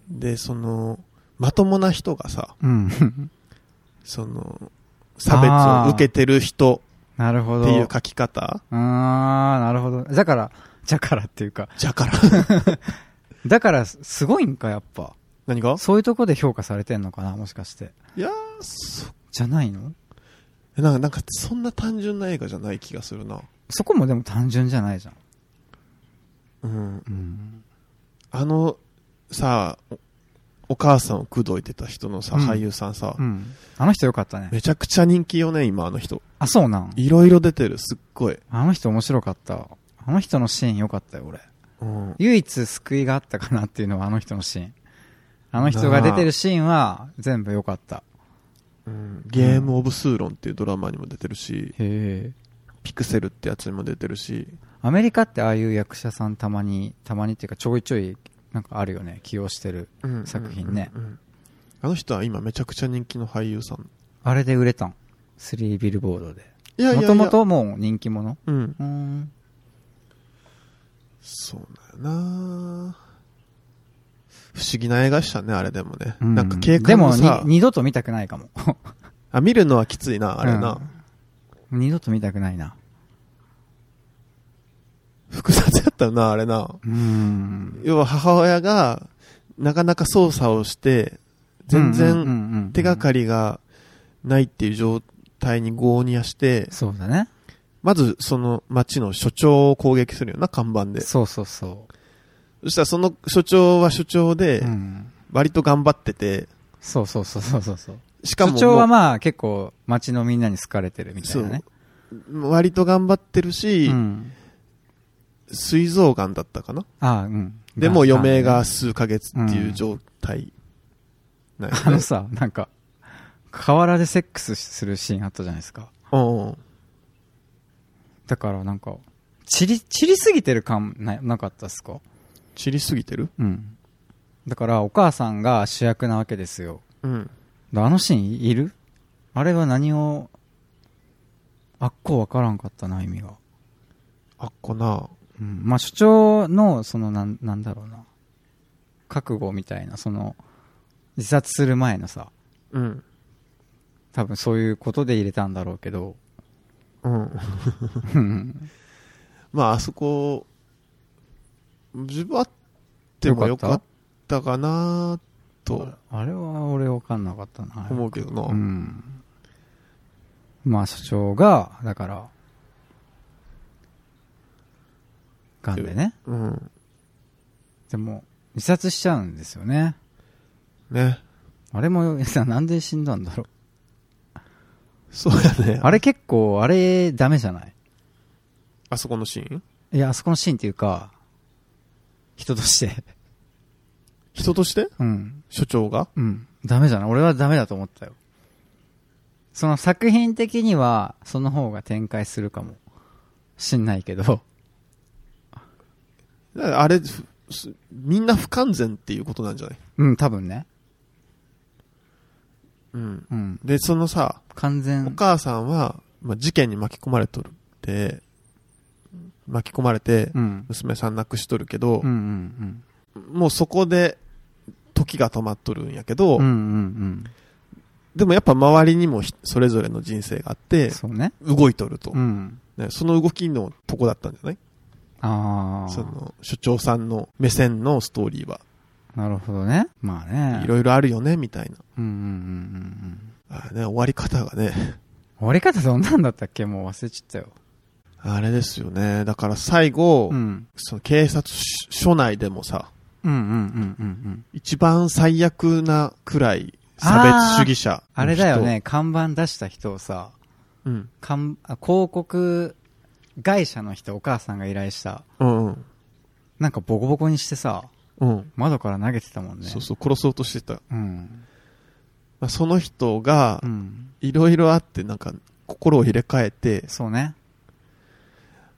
S1: で、その、まともな人がさ、
S2: うん。
S1: その、差別を受けてる人
S2: なるほ
S1: っ
S2: ど。
S1: ていう書き方
S2: あー、なるほど。だから、だからっていうか、
S1: じゃから。
S2: だからすごいんか、やっぱ。
S1: 何が
S2: そういうとこで評価されてんのかな、もしかして。
S1: いやー、そ
S2: じゃないの
S1: なんか、なんかそんな単純な映画じゃない気がするな。
S2: そこもでも単純じゃないじゃん。
S1: うん。
S2: うん。
S1: あの、さ、おお母さんを口説いてた人のさ、
S2: うん
S1: 俳優さんさ、
S2: うん。あの人よかったね。
S1: めちゃくちゃ人気よね、今あの人。
S2: あ、そうなん。
S1: いろいろ出てる、すっごい。
S2: あの人面白かった。あの人のシーンよかったよ、俺。
S1: うん。
S2: 唯一救いがあったかなっていうのはあの人のシーン。あの人が出てるシーンは全部良かった。
S1: うんゲームオブスーロンっていうドラマにも出てるし、
S2: へえ。
S1: ピクセルってやつにも出てるし、
S2: アメリカってああいう役者さんたまに、たまにっていうかちょいちょいなんかあるよね。起用してる。作品ね
S1: うんうんうんあの人は今めちゃくちゃ人気の俳優さん。
S2: あれで売れたん。スリービルボードで。
S1: い
S2: もともともう人気者
S1: うん。
S2: うーん。
S1: そうだよな不思議な映画でしたね、あれでもね。
S2: うん
S1: なんか警
S2: で
S1: 官
S2: も
S1: もさ
S2: に、二度と見たくないかも。
S1: あ、見るのはきついな、あれな。
S2: うん二度と見たくないな。
S1: 複雑やったよな、あれな。
S2: うーん。
S1: 要は母親が、なかなか操作をして、全
S2: うんうんう
S1: 然
S2: んうん
S1: 手がかりがないっていう状態に合にやして、
S2: そうだね。
S1: まず、その町の所長を攻撃するよな、看板で。
S2: そうそうそ
S1: そしたら、その所長は所長
S2: う。
S1: で
S2: う、ん。
S1: 割と頑張ってて、
S2: そうそうそうそうそうそう。
S1: しか
S2: 所
S1: ももう、
S2: 長はまあ結構街のみんなに好かれてるみたいなね。
S1: 割と頑張ってるし、
S2: ん。
S1: 膵臓癌だったかな
S2: ああ、うん。
S1: でも、余命
S2: あ
S1: が
S2: っ
S1: 数ヶ月っていう状態。なん
S2: たん
S1: や
S2: だね。あの
S1: ね
S2: さ、なんか、河原でセックスするシーンあったじゃないですか。
S1: うんうん。
S2: だからなんか、散り、散りすぎてる感ななかったっすか
S1: 散りすぎてる
S2: うん。だからお母さんが主役なわけですよ。
S1: うん。
S2: であのシーンいるあれは何を、あっこわからんかったな、意味が。
S1: あっこな。
S2: うん。まあ、所長の、その、なん、なんだろうな。覚悟みたいな、その、自殺する前のさ、
S1: うん。
S2: 多分そういうことで入れたんだろうけど、
S1: うん。
S2: うん
S1: まあ、あそこ、自分あってもよかっったかなと
S2: あれは俺分かんなかったな。
S1: 思うけどな、
S2: うん。まあ、所長が、だから、ガンでね。
S1: うん、
S2: でも、自殺しちゃうんですよね。
S1: ね
S2: あれも、なんで死んだんだろ
S1: そうやね
S2: う。あれ結構、あれ、ダメじゃない
S1: あそこのシーン
S2: いや、あそこのシーンっていうか、人として。
S1: 人として
S2: うん。
S1: 所長が
S2: うん。ダメじゃない俺はダメだと思ったよ。その作品的には、その方が展開するかも。しんないけど。
S1: だからあれふすみんな不完全っていうことなんじゃない
S2: うん、多分ね。
S1: うん
S2: うん。
S1: でそのさ
S2: 完
S1: お
S2: 全。
S1: 母さんは、まあ、事件に巻き込まれとるって巻き込まれて
S2: うん。
S1: 娘さん亡くしとるけど
S2: うんう、ん
S1: もうそこで時が止まっとるんやけど、
S2: うん。うんうん
S1: でもやっぱ周りにもひそれぞれの人生があっ
S2: う
S1: て
S2: ん。そうね。
S1: 動いとると、
S2: うん。
S1: ねその動きのとこだったんじゃない
S2: あ
S1: そ
S2: あ。
S1: の所長さんの目線のストーリーは
S2: なるほどね。まあね。
S1: いろいろあるよねみたいな
S2: うんうんうんうんうん。
S1: あ、ね、終わり方がね
S2: 終わり方どんなんだったっけもう忘れちゃったよ。
S1: あれですよね。だから最後、
S2: うん。
S1: その警察署内でもさ、
S2: うんうんうんうんうん。
S1: 一番最悪なくらい差別主義者の人
S2: あれだよ。ね、看板出した人をさ、
S1: うん。
S2: 看あ広告会社の人、お母さんが依頼した。
S1: うんうん。
S2: なんかボコボコにしてさ、
S1: うん。
S2: 窓から投げてたもんね。
S1: そうそう、殺そうとしてた。
S2: うん。
S1: まあ、その人が
S2: う、ん。
S1: いろいろあって、なんか、心を入れ替えて、
S2: そうね。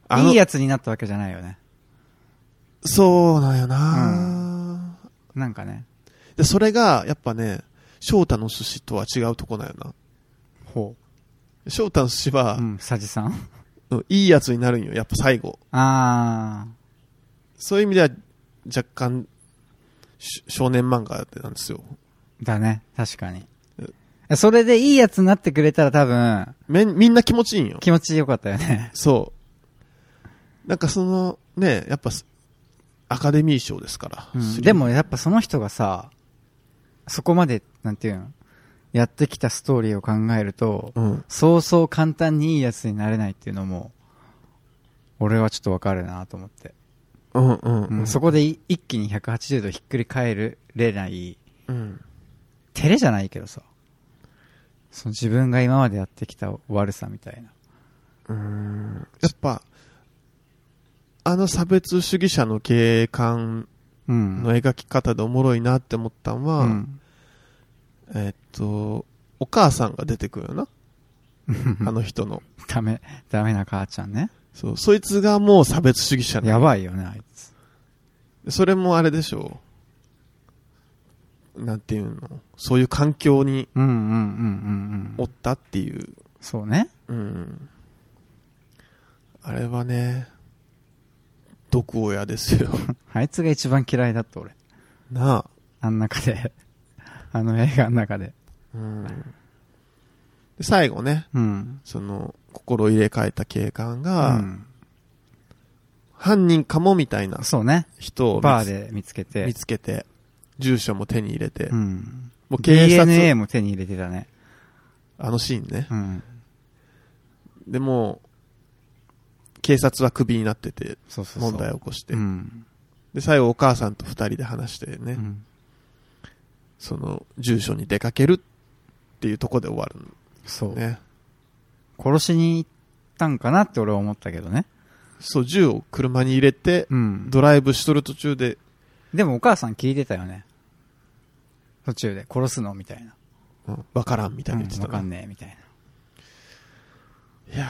S1: あの
S2: いいやつになったわけじゃないよね。
S1: そうなんよな、
S2: なんかね。
S1: で、それが、やっぱね、翔太の寿司とは違うとこなんよな。
S2: ほ
S1: 翔太の寿司
S2: う。
S1: は
S2: う、ん、さじさん。
S1: うんいいやつになるんよ、やっぱ最後。
S2: あ
S1: そういう意味では、若干、し少年漫画なんですよ。
S2: ー、だね。確かに。それでいいやつになってくれたら多分、
S1: めん、みんな気持ちいいんよ。
S2: 気持ちよかったよね。
S1: そう。なんかその、ね、やっぱす、アカデミー賞ですから。
S2: うん
S1: スリー
S2: でも、やっぱその人がさ、そこまで、なんていうの、やってきたストーリーを考えると、
S1: うん。
S2: そうそう簡単にいいやつになれないっていうのも、俺はちょっとわかるなと思って。
S1: うんうん
S2: う
S1: うんん。
S2: そこでい一気に180度ひっくり返るれない、
S1: うん。
S2: 照れじゃないけどさ、その自分が今までやってきた悪さみたいな。
S1: うん。やっぱ、あの差別主義者の警官
S2: うん。
S1: の描き方でおもろいなって思ったんは、
S2: うん
S1: えっと、お母さんが出てくるよな。あの人の。
S2: ダメ、ダメな母ちゃんね。
S1: そう、そいつがもう差別主義者な
S2: やばいよね、あいつ。
S1: それもあれでしょう。なんていうのそういう環境に
S2: うんうんうんうんう
S1: お
S2: ん。
S1: ったっていう。
S2: そうね。
S1: うん。あれはね、毒親です よ。
S2: あいつが一番嫌いだった俺。
S1: なあ。
S2: あん中で。 あの映画の中で。
S1: うん。で最後ね、
S2: うん。
S1: その、心を入れ替えた警官が、
S2: うん、
S1: 犯人かもみたいな
S2: そうね。
S1: 人を見つ
S2: バーで見つけ
S1: 見
S2: て。
S1: つけて、住所も手に入れて、
S2: うん。
S1: もう警察、
S2: DNA も手に入れてたね。
S1: あのシーンね
S2: う。ん。
S1: でもう、警察はクビになってて、
S2: そうそうそう。
S1: 問題を起こして
S2: う。ん。
S1: で、最後お母さんと二人で話してね、
S2: うん
S1: その、住所に出かけるっていうとこで終わる
S2: そう、
S1: のね。
S2: 殺しに行ったんかなって俺は思ったけどね。
S1: そう、銃を車に入れて、
S2: うん。
S1: ドライブしとる途中で、
S2: でもお母さん聞いてたよね。途中で殺すのみたいな。
S1: うんわからんみたいな言って
S2: うん
S1: た
S2: わか
S1: の、
S2: んねえみたいな。
S1: いやー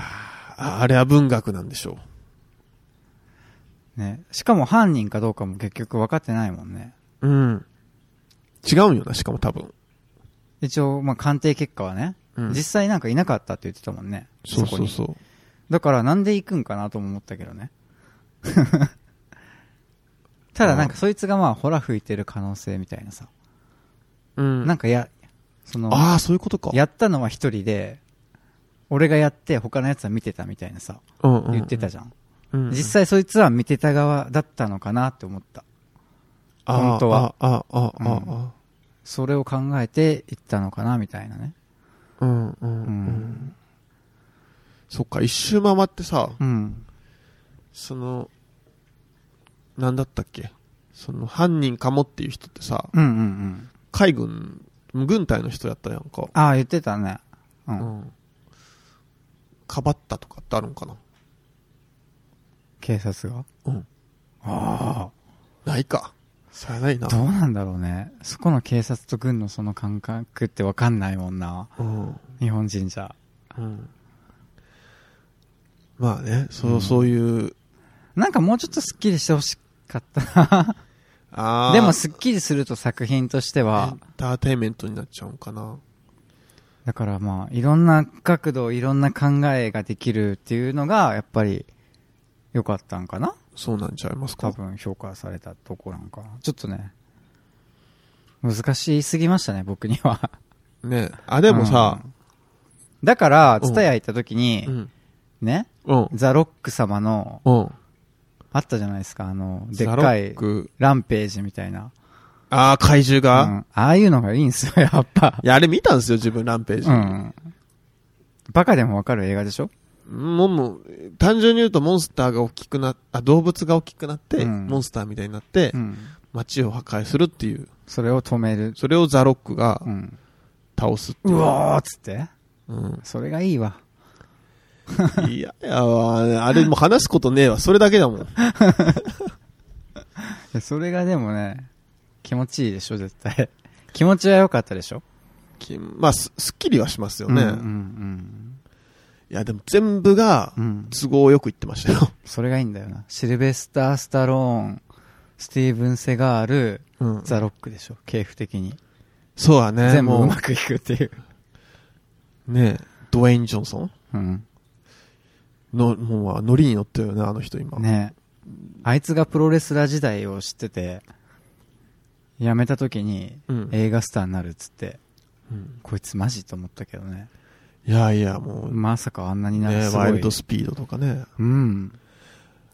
S1: ああれは文学なんでしょ
S2: ね。しかも犯人かどうかも結局分かってないもんね。
S1: う。うん。違うんよな、しかも多分。
S2: 一応、まあ、鑑定結果はね、
S1: うん
S2: 実際なんかいなかったって言ってたもんね。
S1: そう
S2: こ
S1: そ
S2: に
S1: うそう。
S2: だからなんで行くんかなとも思ったけどね。 ただなんかそいつがまあ、ほら吹いてる可能性みたいなさ。
S1: うん。
S2: なんかや、その、
S1: ああ、そういうことか。
S2: やったのは一人で、俺がやって他のやつは見てたみたいなさ、
S1: うんうんうん
S2: 言ってたじゃん。
S1: うんうん
S2: 実際そいつは見てた側だったのかなって思った。
S1: あー
S2: 本当は。
S1: あーあーあー
S2: う
S1: あ
S2: それを考えていったのかな、みたいなね。
S1: ーうんうんう
S2: うんん
S1: そっか一周回ってさ
S2: うん。
S1: そのなんだったっけその犯人かもっていう人ってさ
S2: うんうんうん。
S1: 海軍軍隊の人やったやんか
S2: ああ、言ってたね。う。
S1: うんんかばったとかってあるんかな
S2: 警察が。
S1: うん
S2: あ
S1: ないかさやないな
S2: あ。どうなんだろうね。そこの警察と軍のその感覚ってわかんないもんな。
S1: うん
S2: 日本人じゃ。
S1: うんまあねそう、
S2: うん
S1: そういう
S2: なんかもうちょっとスッキリしてほしかったな。
S1: あー
S2: でもスッキリすると作品として
S1: エ
S2: は
S1: ン、ターテインメントになっちゃうんかな
S2: だからまあ、いろんな角度、いろんな考えができるっていうのが、やっぱり、良かったんかな
S1: そうなんちゃいますか
S2: 多分評価されたとこなんかな。ちょっとね、難しすぎましたね、僕には。
S1: ねあでもさ
S2: うん、だから、
S1: うん
S2: ツタヤ行った時に、
S1: うん
S2: ね、
S1: うん
S2: ザ・ロック様の、
S1: うん
S2: あったじゃないですか、あの、でっ
S1: ザロ
S2: か
S1: ッ
S2: い、
S1: ク
S2: ランページみたいな。
S1: ああ怪獣が、
S2: う
S1: い
S2: ん、ああいうのがいいんすよ、やっぱ。
S1: やあれ見たんですよ自分ランページ、
S2: うん。バカでもわかる映画でしょ
S1: もうもう単純に言うとモンスターが大きくなあ動物が大きくなって、
S2: うん
S1: モンスターみたいになって、
S2: うん。
S1: 街を破壊するっていう
S2: それを止める。
S1: それをザロックが
S2: うん。
S1: 倒すっていう
S2: うおーっつって
S1: うん
S2: それがいいわ。
S1: いやいやわあれもう話すことねえわそれだけだもん
S2: いやそれがでもね、気持ちいいでしょ、絶対。 気持ちは良かったでしょ
S1: きまあすすっきりはしますよね、
S2: うんうん
S1: いやでも全部が
S2: うん。うん。
S1: 都合よく言ってました よ、
S2: それがいいんだよな。シルベスター・スタローン、スティーブン・セガール、
S1: うん
S2: ザ・ロックでしょ、系譜的に。
S1: そうだね
S2: 全部
S1: も
S2: う
S1: う
S2: まくいくっていう。
S1: ねえドウェイン・ジョンソン
S2: うん。
S1: の、もう、ノリに乗ったよね、あの人今。
S2: ねあいつがプロレスラー時代を知ってて、辞めた時に
S1: うん
S2: 映画スターになるっつって、
S1: うん
S2: こいつマジと思ったけどね。
S1: いやいや、もう、
S2: まさかあんなになる
S1: ね
S2: すごい
S1: ワイルドスピードとかね。
S2: うん。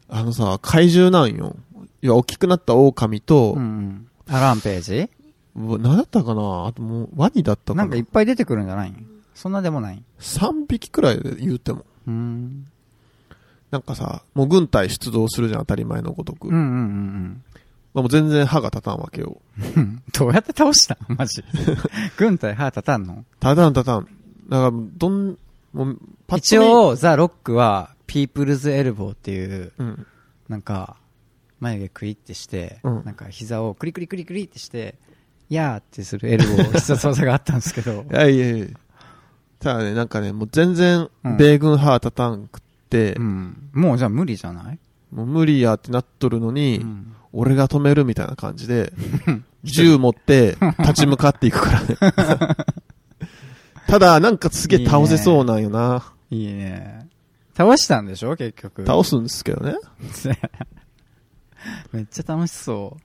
S1: あのさ、怪獣なんよ。いや、大きくなった狼と
S2: うんう、ん。あ、ランページ
S1: うわ何だったかなあともう、ワニだったか
S2: な
S1: なん
S2: かいっぱい出てくるんじゃないそんなでもない
S1: ?3 匹くらいで言うても。
S2: うーん。
S1: なんかさ、もう軍隊出動するじゃん、当たり前のごとく。
S2: うんうんうん
S1: まあもう全然歯が立たんわけよ。
S2: うん。 どうやって倒したのマジ。 軍隊歯立たんの
S1: たたんたたん。だから、どん、もう、パッと
S2: 一応、ザ・ロックは、ピープルズ・エルボーっていう、
S1: 見、うん。
S2: なんか、眉毛クイってして、
S1: うん
S2: なんか膝をクリクリクリクリってして、やーってするエルボー、必殺技があったんですけど
S1: い、やいやいやただね、なんかね、もう全然
S2: う、ん
S1: 米軍歯立たんくって、
S2: うん。もうじゃあ無理じゃない、
S1: もう無理やってなっとるのに、
S2: うん、
S1: 俺が止めるみたいな感じで、銃持って立ち向かっていくからね。 ただ、なんかすげえ倒せそうなんよな。
S2: いいね。倒したんでしょ結局。
S1: 倒すんですけどね。
S2: めっちゃ楽しそ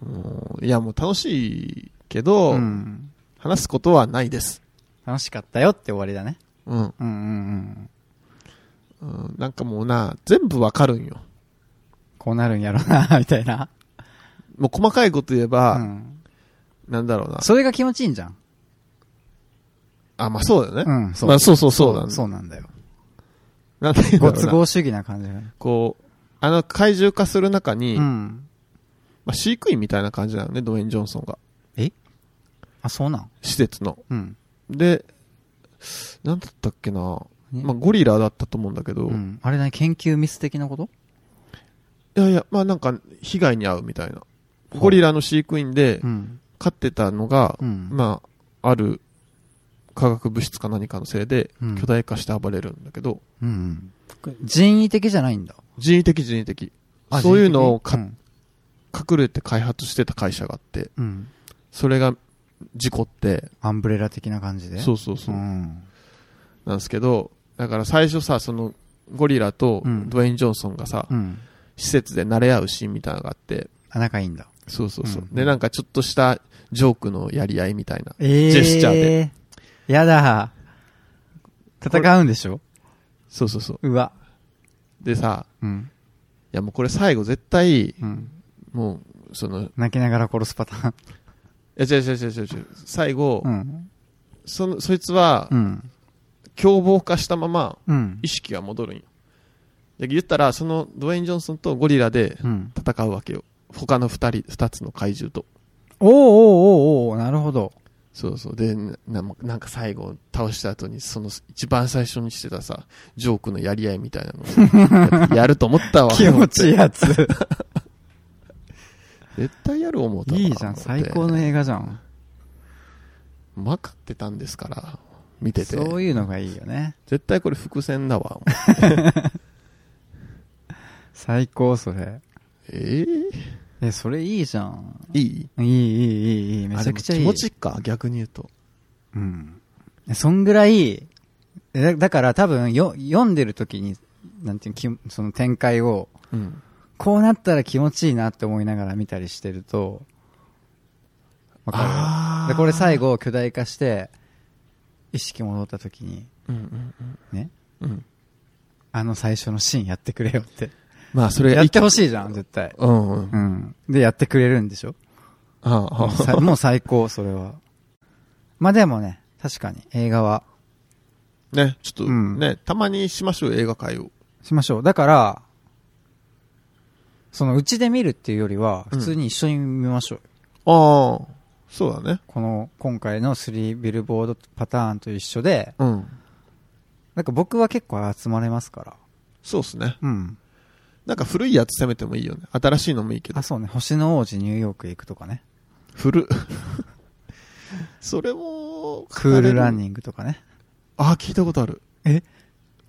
S1: もういや、もう楽しいけ
S2: う。
S1: ど、
S2: ん。
S1: 話すことはないです。
S2: 楽しかったよって終わりだね。
S1: うん。
S2: うんうんうん。
S1: うん、なんかもうな、全部わかるんよ。
S2: こうなるんやろな、 みたいな。
S1: もう細かいこと言えば、
S2: うん。
S1: なんだろうな。
S2: それが気持ちいいんじゃん。
S1: あ、まあそうだよね。
S2: うん、そう。
S1: まあそうそうそうなんだ。
S2: そうなんだ よ。
S1: なんて言うん
S2: ご
S1: だ
S2: 都
S1: ろうな。
S2: 合主義な感じがね。
S1: こう、あの怪獣化する中に、
S2: うん。
S1: まあ、飼育員みたいな感じなのね、ドウェイン・ジョンソンが。
S2: あ、そうなん。
S1: 施設の。
S2: うん。
S1: で、なんだったっけな。
S2: ね
S1: まあ、ゴリラだったと思うんだけど、
S2: うん。あれ何研究ミス的なこと
S1: いやいや、まあなんか、被害に遭うみたいな。ゴリラの飼育員で
S2: ん。
S1: 飼ってたのが、
S2: うん。
S1: まあ、ある化学物質か何かのせいで
S2: うん
S1: 巨大化して暴れるんだけど、
S2: うん。人為的じゃないんだ。
S1: 人為的人為的。
S2: あ
S1: そういうのを
S2: 人為的
S1: か
S2: うん
S1: 隠れて開発してた会社があって、
S2: うん。
S1: それが事故って、
S2: アンブレラ的な感じで。
S1: そうそうそう。
S2: ん。
S1: なんですけど、だから最初さ、その、ゴリラと
S2: うん
S1: ドウェイン・ジョンソンがさ、
S2: うん。
S1: 施設で慣れ合うシーンみたいなのがあって、
S2: あ、仲いいんだ。
S1: そうそうそう。
S2: うん
S1: で、なんかちょっとしたジョークのやり合いみたいな。
S2: え
S1: ジェスチャーで。
S2: やだ。戦うんでしょ
S1: そうそうそう。
S2: うわ。
S1: でさ、
S2: うん。
S1: いやもうこれ最後絶対、
S2: うん。
S1: もう、その、い
S2: 泣きながら殺すパターン。
S1: や違う違う違う違う違う。最後、
S2: うん。
S1: その、そいつは
S2: う、ん。
S1: 凶暴化したまま、
S2: うん
S1: 意。識が戻るんよ。で言ったら、その、ドウェイン・ジョンソンとゴリラで
S2: うん。
S1: 戦うわけよ。他の二人、二つの怪獣と。
S2: おーおーおーおーなるほど。
S1: そうそう。で、なななんか最後、倒した後に、その、一番最初にしてたさ、ジョークのやり合いみたいなのを やると思ったわ。
S2: 気持ちいいやつ。
S1: 絶対やる思うたわ
S2: いいじゃん。最高の。映画じゃん。
S1: まかってたんですから、見てて。
S2: そういうのがいいよね。
S1: 絶対これ伏線だわ。
S2: 最高、それ。
S1: え
S2: え、それいいじゃん。
S1: えいい
S2: いい、いい、いい、いい。めちゃくちゃいい。
S1: あれも気持ちいいか、逆に言うと。
S2: うん。そんぐらい、えだだから多分よ、読んでる時に、なんていうのき、その展開を、
S1: うん。
S2: こうなったら気持ちいいなって思いながら見たりしてると、わか
S1: あ
S2: る。
S1: ー
S2: で、これ最後巨大化して、意識戻った時に、
S1: うんうんうん。
S2: ね、
S1: うん。
S2: あの最初のシーンやってくれよって。
S1: まあ、それ、
S2: やってほしいじゃん、絶対。
S1: うんうん。
S2: う
S1: あ
S2: ん。で、やってくれるんでしょもう さ
S1: あ、
S2: もう最高、それは。まあでもね、確かに映画は
S1: ね、ちょっと、
S2: うん
S1: ね、たまにしましょう、映画会を。
S2: しましょう。だから、そのうちで見るっていうよりは、
S1: うん
S2: 普通に一緒に見ましょうよ。
S1: ああ、そうだね。
S2: この、今回の3ビルボードパターンと一緒で、
S1: うん。
S2: なんか僕は結構集まれますから。
S1: そうっすね。
S2: うん。
S1: なんか古いやつ攻めてもいいよね。新しいのもいいけど
S2: あ、。そうね。星の王子ニューヨーク行くとかね。
S1: 古っ。 それも、
S2: クールラン
S1: グ。
S2: ニングと かね。
S1: ああ、聞いたことある。
S2: え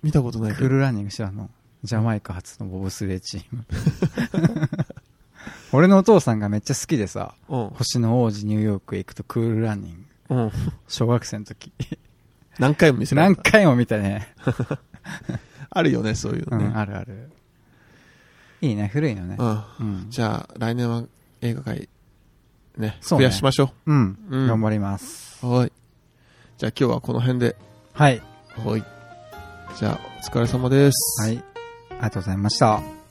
S1: 見たことないけ
S2: クー
S1: ど。
S2: ルランニング知らんのジャマイカ発のボブスレーチーム。 俺のお父さんがめっちゃ好きでさ、
S1: うん。
S2: 星の王子ニューヨーク行くとクールランニング。
S1: うん。
S2: 小学生の時。
S1: 何回も見せられ
S2: 何
S1: た。
S2: 回も見たね。
S1: あるよね、そういう
S2: う
S1: のね。
S2: ん、あるある。いいね、古いのね。
S1: うん。
S2: うん。
S1: じゃあ、来年は映画会、ね、
S2: そ
S1: 増
S2: うね
S1: やしましょ
S2: うん、
S1: うん
S2: 頑張ります。
S1: う。はい。じゃあ今日はこの辺で、
S2: はい。
S1: はい。じゃあ、お疲れ様です。
S2: はい。ありがとうございました。